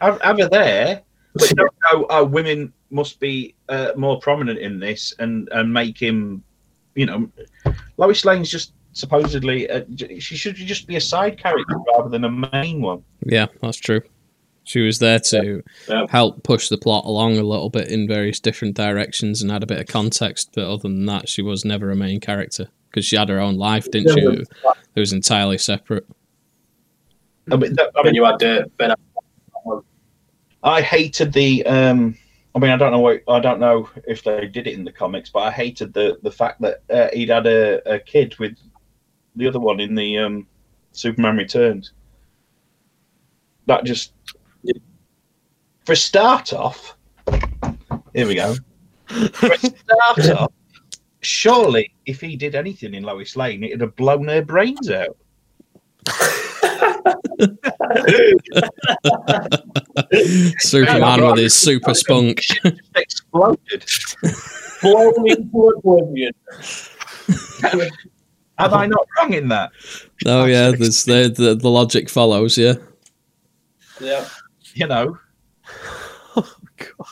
Speaker 3: Have, have her there, but don't go. Oh, women must be uh, more prominent in this, and and make him, you know, Lois Lane's just supposedly uh, j- she should just be a side character rather than a main one.
Speaker 1: yeah, that's true. She was there to
Speaker 2: Yeah.
Speaker 1: help push the plot along a little bit in various different directions and had a bit of context. But other than that, she was never a main character because she had her own life, didn't she?
Speaker 2: Yeah,
Speaker 1: It was entirely separate.
Speaker 3: I mean, that, I,
Speaker 2: Then
Speaker 3: mean
Speaker 2: you had uh, Ben
Speaker 3: I hated the. Um, I mean, I don't know. What, I don't know if they did it in the comics, but I hated the the fact that uh, he'd had a, a kid with the other one in the um, Superman Returns. That just for a start off. Here we go. For a start off, surely if he did anything in Lois Lane, it'd have blown her brains out.
Speaker 1: Superman with his super spunk.
Speaker 3: Exploded.
Speaker 2: blown into oblivion.
Speaker 3: Am I not wrong in that?
Speaker 1: Oh yeah, there's, the, the the logic follows. Yeah,
Speaker 2: Yeah,
Speaker 3: You know.
Speaker 4: Oh god.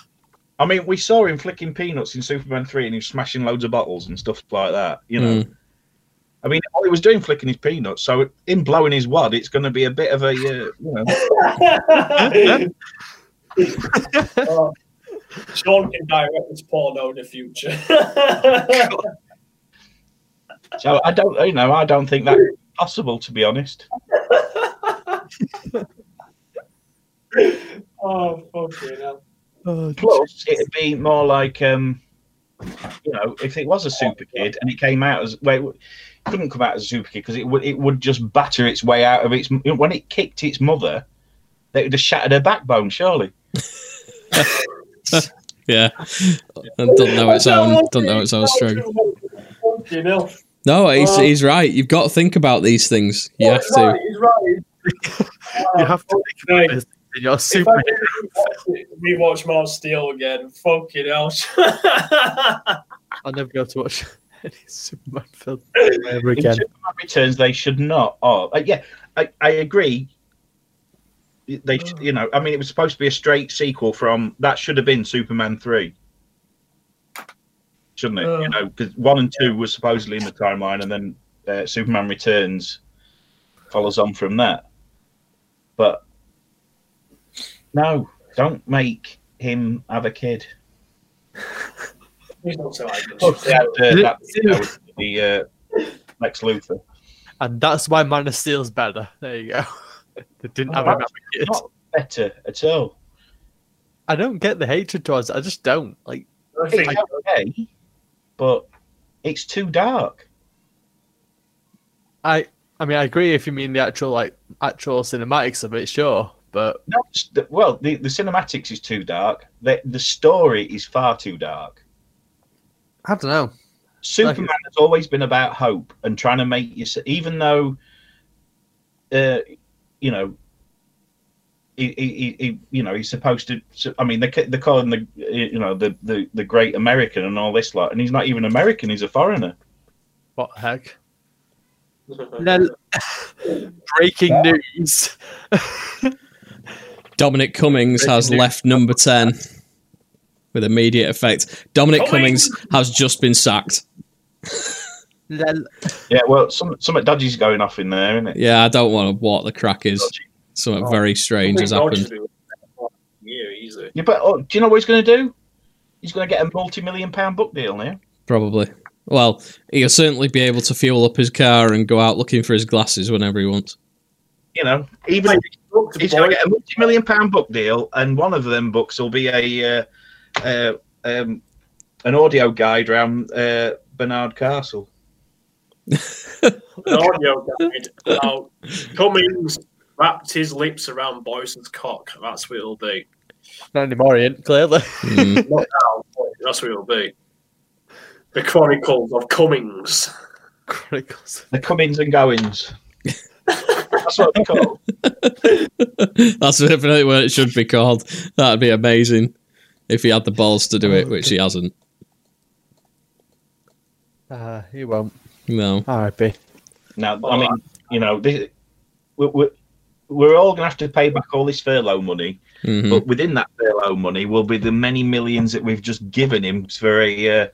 Speaker 3: I mean, we saw him flicking peanuts in Superman 3 and he was smashing loads of bottles and stuff like that, you
Speaker 1: Mm,
Speaker 4: Hmm.
Speaker 3: know. I mean, all he was doing flicking his peanuts, so him blowing his wad, it's going to be a bit of a, uh, you know.
Speaker 2: Uh, Sean can direct this porno in the future.
Speaker 3: So I don't, you know, I don't think that's possible, to be honest.
Speaker 2: oh, fucking hell.
Speaker 4: Oh,
Speaker 3: Plus, it'd be more like, um, you know, if it was a super kid and it came out as, well, it w- couldn't come out as a super kid because it would, it would just batter its way out of its, when it kicked its mother, it would have shattered her backbone, surely.
Speaker 1: yeah, and doesn't know its
Speaker 2: I don't
Speaker 1: own
Speaker 2: want
Speaker 1: doesn't
Speaker 2: to
Speaker 1: know its own strength.
Speaker 2: Fucking hell.
Speaker 1: No, he's
Speaker 2: Oh.
Speaker 1: he's right. You've got to think about these things. You have
Speaker 2: He's
Speaker 1: to.
Speaker 2: right, he's right.
Speaker 4: you have to
Speaker 2: Right.
Speaker 4: think about this in your
Speaker 2: If I
Speaker 4: super.
Speaker 2: didn't rewatch Man of Steel again, fucking hell.
Speaker 4: I'll never go to watch any Superman film ever again.
Speaker 3: In Superman Returns, they should not. Oh, uh, yeah, I, I agree. They, sh- you know, I mean, it was supposed to be a straight sequel from that should have been Superman three, shouldn't it? you
Speaker 2: Ugh.
Speaker 3: know, because one and two were supposedly in the timeline, and then uh, Superman Returns follows on from that. But no, don't make him have a kid.
Speaker 2: Please don't say I did. Oh,
Speaker 3: They had, uh,
Speaker 4: Yeah.
Speaker 3: that, you know, the uh, Lex Luthor.
Speaker 4: And that's why Man of Steel's better. There you go. they didn't have an
Speaker 3: Alright.
Speaker 4: advocate.
Speaker 3: Not better at all.
Speaker 4: I don't get the hatred towards it. I just don't. Like
Speaker 2: I think
Speaker 3: It's okay, but it's too dark.
Speaker 4: I I mean I agree if you mean the actual like actual cinematics of it, sure. But
Speaker 3: Not s- the- well, the, the cinematics is too dark. The, the story is far too dark.
Speaker 4: I don't know.
Speaker 3: Superman has always been about hope and trying to make you, s- even though, uh, you know, he, he, he- he, you know, he's supposed to. so- I mean, they ca- they call him the, you know, the, the the great American and all this lot, and he's not even American. He's a foreigner.
Speaker 4: What the heck?
Speaker 2: I-
Speaker 4: Now, breaking news.
Speaker 1: Dominic Cummings has left number 10 with immediate effect. Dominic Cummings,
Speaker 2: Cummings!
Speaker 1: has just been sacked.
Speaker 4: Lel-
Speaker 3: Yeah, well, some something dodgy's going off in there, isn't it?
Speaker 1: Yeah, I don't want to what the crack is. Something very strange has happened.
Speaker 2: Yeah, easy.
Speaker 3: Yeah, but oh, do you know what he's going to do? He's going to get a multi-million pound book deal now.
Speaker 1: Probably. Well, he'll certainly be able to fuel up his car and go out looking for his glasses whenever he wants.
Speaker 3: You know, even if he's going to get a multi-million pound book deal, and one of them books will be a uh, uh, um, an audio guide around uh, Bernard Castle.
Speaker 2: an audio guide about Cummings wrapped his lips around Boyson's cock. That's what it'll be.
Speaker 4: Not anymore, Ian, clearly.
Speaker 1: Hmm.
Speaker 2: Not now, but that's what it'll be. The Chronicles of Cummings.
Speaker 4: Chronicles.
Speaker 3: The comings and goings. That's what they call.
Speaker 1: That's definitely what it should be called. That'd be amazing if he had the balls to do it, which he hasn't.
Speaker 4: Uh, he won't.
Speaker 1: No.
Speaker 4: R.I.P.
Speaker 3: Now, I mean, you know, this, we, we, we're all going to have to pay back all this furlough money.
Speaker 1: Mhm.
Speaker 3: But within that furlough money will be the many millions that we've just given him for a uh,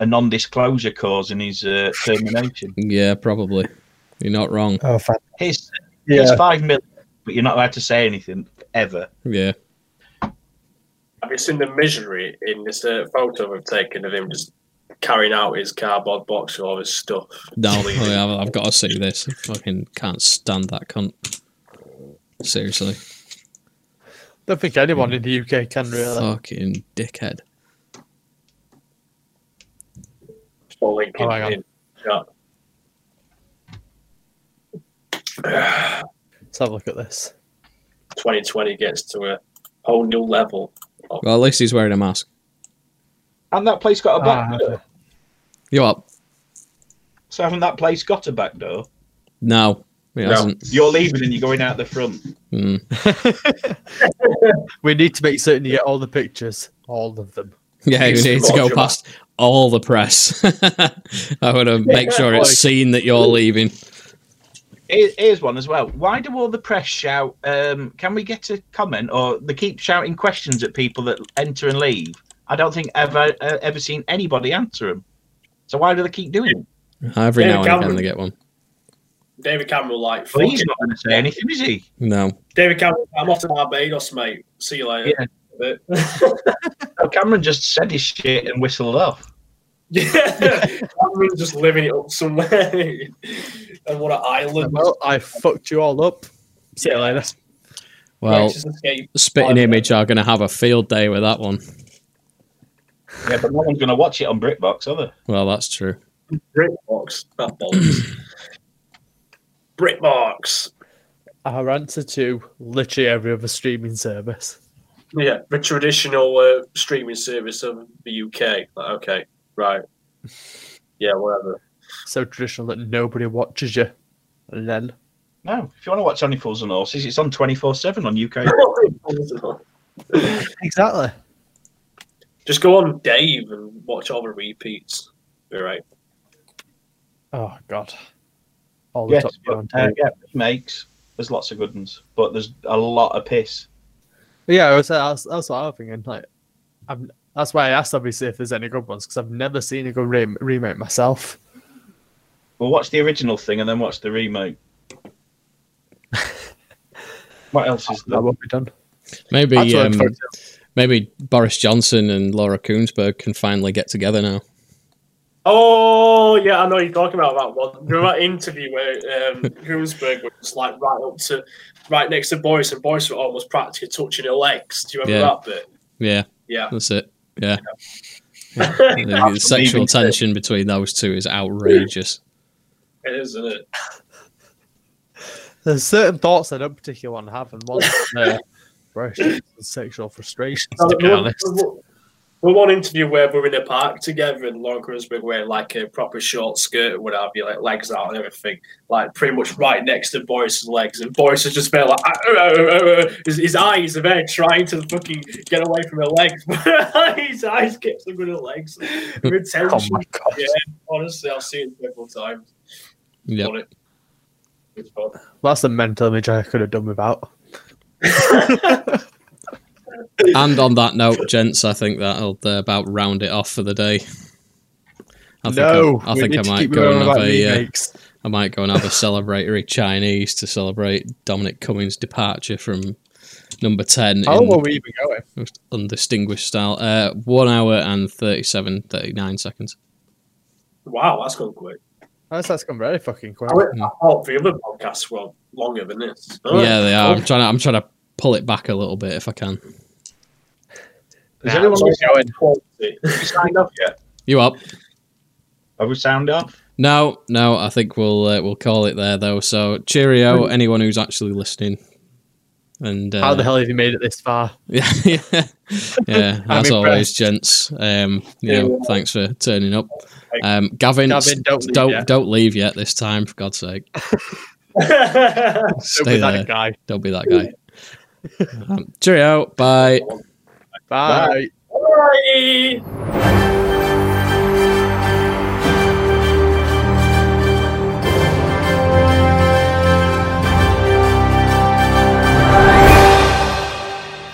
Speaker 3: a non-disclosure cause in his uh, termination.
Speaker 1: Yeah, probably. You're not wrong.
Speaker 4: Oh, fan.
Speaker 3: Here's, here's five million, but you're not allowed to say anything ever.
Speaker 1: Yeah.
Speaker 2: Have you seen the misery in this uh, photo we've taken of him just carrying out his cardboard box with all his stuff?
Speaker 1: No, I
Speaker 2: Leave it.
Speaker 1: mean, I've, Oh, I've got to see this. I fucking can't stand that cunt. Seriously.
Speaker 4: don't think anyone in the UK can really.
Speaker 1: Fucking dickhead.
Speaker 2: Full link
Speaker 4: Oh,
Speaker 2: in-
Speaker 4: hang on.
Speaker 2: in chat.
Speaker 4: Let's have a look at this.
Speaker 2: 2020 gets to a whole new level.
Speaker 1: Well, at least he's wearing a mask.
Speaker 3: And that place got a back
Speaker 4: Ah,
Speaker 3: door.
Speaker 1: You know what?
Speaker 3: So haven't that place got a back door?
Speaker 1: No, he hasn't.
Speaker 3: You're leaving and you're going out the front.
Speaker 1: Mm.
Speaker 4: we need to make certain you get all the pictures, all of them.
Speaker 1: Yeah, you
Speaker 2: He's
Speaker 1: need to go
Speaker 2: Roger
Speaker 1: past all the press. I want to make sure it's seen that you're leaving.
Speaker 3: Here- Here's one as well. Why do all the press shout? Um, can we get a comment? Or they keep shouting questions at people that enter and leave. I don't think I've uh, uh, ever seen anybody answer them. So why do they keep doing it?
Speaker 1: Every
Speaker 2: Yeah,
Speaker 1: now and again
Speaker 2: Cameron.
Speaker 1: they get one.
Speaker 2: David Cameron like,
Speaker 3: Well,
Speaker 2: fuck
Speaker 3: he's
Speaker 2: it.
Speaker 3: not going to say anything, is he?
Speaker 1: No.
Speaker 2: David Cameron, I'm off to Barbados, mate. See you later.
Speaker 3: No, Cameron just said his shit and whistled off.
Speaker 2: Yeah, I'm just living it up somewhere. and what an island.
Speaker 4: Well, I fucked you all up. See you later.
Speaker 1: Well,
Speaker 2: Righteous escape.
Speaker 1: Spitting Image are going to have a field day with that one.
Speaker 3: Yeah, but no one's going to watch it on BritBox, are they?
Speaker 1: Well, that's true.
Speaker 2: Britbox. That bollocks. Britbox.
Speaker 4: Our answer to literally every other streaming service.
Speaker 2: Yeah, the traditional uh, streaming service of the UK. Like, okay, right. Yeah, whatever.
Speaker 4: So traditional that nobody watches you. And then
Speaker 3: No. If you want to watch Only Fools and Horses, it's on 24 7 on UK.
Speaker 4: exactly.
Speaker 2: just go on Dave and watch all the repeats. All right.
Speaker 4: Oh god. All the
Speaker 3: yes,
Speaker 4: top
Speaker 3: but,
Speaker 4: on
Speaker 3: uh,
Speaker 4: TV.
Speaker 3: yeah, remakes. There's lots of good ones, but there's a lot of piss.
Speaker 4: Yeah, I was, that's, that's what I was thinking. Like, I'm, that's why I asked obviously if there's any good ones because I've never seen a good rem- remake myself.
Speaker 3: Well, watch the original thing and then watch the remake. what else is
Speaker 4: That
Speaker 3: there?
Speaker 4: won't be done. That's
Speaker 1: Maybe
Speaker 4: what I'm
Speaker 1: um,
Speaker 4: talking
Speaker 1: maybe Boris Johnson and Laura Koonsberg can finally get together now.
Speaker 2: Oh yeah, I know you're talking about that one. Remember that interview where um, Hoonsberg was like right up to, right next to Boris, and Boris was almost practically touching her legs. Do you remember
Speaker 1: Yeah.
Speaker 2: that bit?
Speaker 1: Yeah,
Speaker 2: Yeah.
Speaker 1: that's it. Yeah. Yeah. The sexual tension between those two is outrageous.
Speaker 2: It is, isn't it?
Speaker 4: There's certain thoughts I don't particularly want to have, and one uh, depression and sexual frustrations. To be
Speaker 2: There was-
Speaker 4: honest,
Speaker 2: there was- there was one interview where we're in a park together, and Lauren Hoonsberg wearing like a proper short skirt, would have you like legs out and everything, like pretty much right next to Boris's legs, and Boris is just there like "Ah, uh, uh, uh, uh," his, his eyes are there trying to fucking get away from her legs, but his eyes kept looking at her legs. With
Speaker 4: oh
Speaker 2: tension.
Speaker 4: my god,
Speaker 2: Yeah, honestly, I've seen it several times.
Speaker 1: Yeah.
Speaker 2: Love it. It's fun.
Speaker 4: that's the mental image I could have done without.
Speaker 1: And on that note, gents, I think that'll uh, about round it off for the day. I think
Speaker 4: no,
Speaker 1: I, I
Speaker 4: we
Speaker 1: think
Speaker 4: need
Speaker 1: I
Speaker 4: to
Speaker 1: might
Speaker 4: keep
Speaker 1: go
Speaker 4: going
Speaker 1: and
Speaker 4: about
Speaker 1: have a uh,
Speaker 4: remakes.
Speaker 1: I might go and have a celebratory Chinese to celebrate Dominic Cummings' departure from number ten
Speaker 4: How long
Speaker 1: in
Speaker 4: were we even going?
Speaker 1: most undistinguished style. Uh, one hour and 37, 39 seconds.
Speaker 2: Wow, that's gone quick.
Speaker 4: That's, that's gone very fucking quick.
Speaker 2: I went I thought the other podcasts were longer than this. Oh,
Speaker 1: yeah, they are. I'm trying. To, I'm trying to pull it back a little bit if I can.
Speaker 3: Is
Speaker 4: Nah,
Speaker 3: anyone
Speaker 4: it's all going?
Speaker 2: quality.
Speaker 3: Have we signed off yet?
Speaker 1: You up?
Speaker 3: Have we signed off?
Speaker 1: No, no. I think we'll uh, we'll call it there though. So cheerio, anyone who's actually listening. And uh,
Speaker 4: How the hell have you made it this far?
Speaker 1: Yeah, yeah, yeah. As
Speaker 4: impressed.
Speaker 1: always, gents. Um, you know,
Speaker 2: Yeah.
Speaker 1: thanks for turning up. Um, Gavin,
Speaker 4: Gavin,
Speaker 1: st-
Speaker 4: don't leave
Speaker 1: don't
Speaker 4: yet.
Speaker 1: don't leave yet this time. For God's sake,
Speaker 4: Don't
Speaker 1: stay
Speaker 4: be
Speaker 1: there.
Speaker 4: that guy.
Speaker 1: Don't be that guy. um, cheerio. Bye.
Speaker 4: Bye.
Speaker 2: Bye.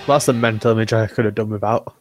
Speaker 4: That's the mental image I could have done without.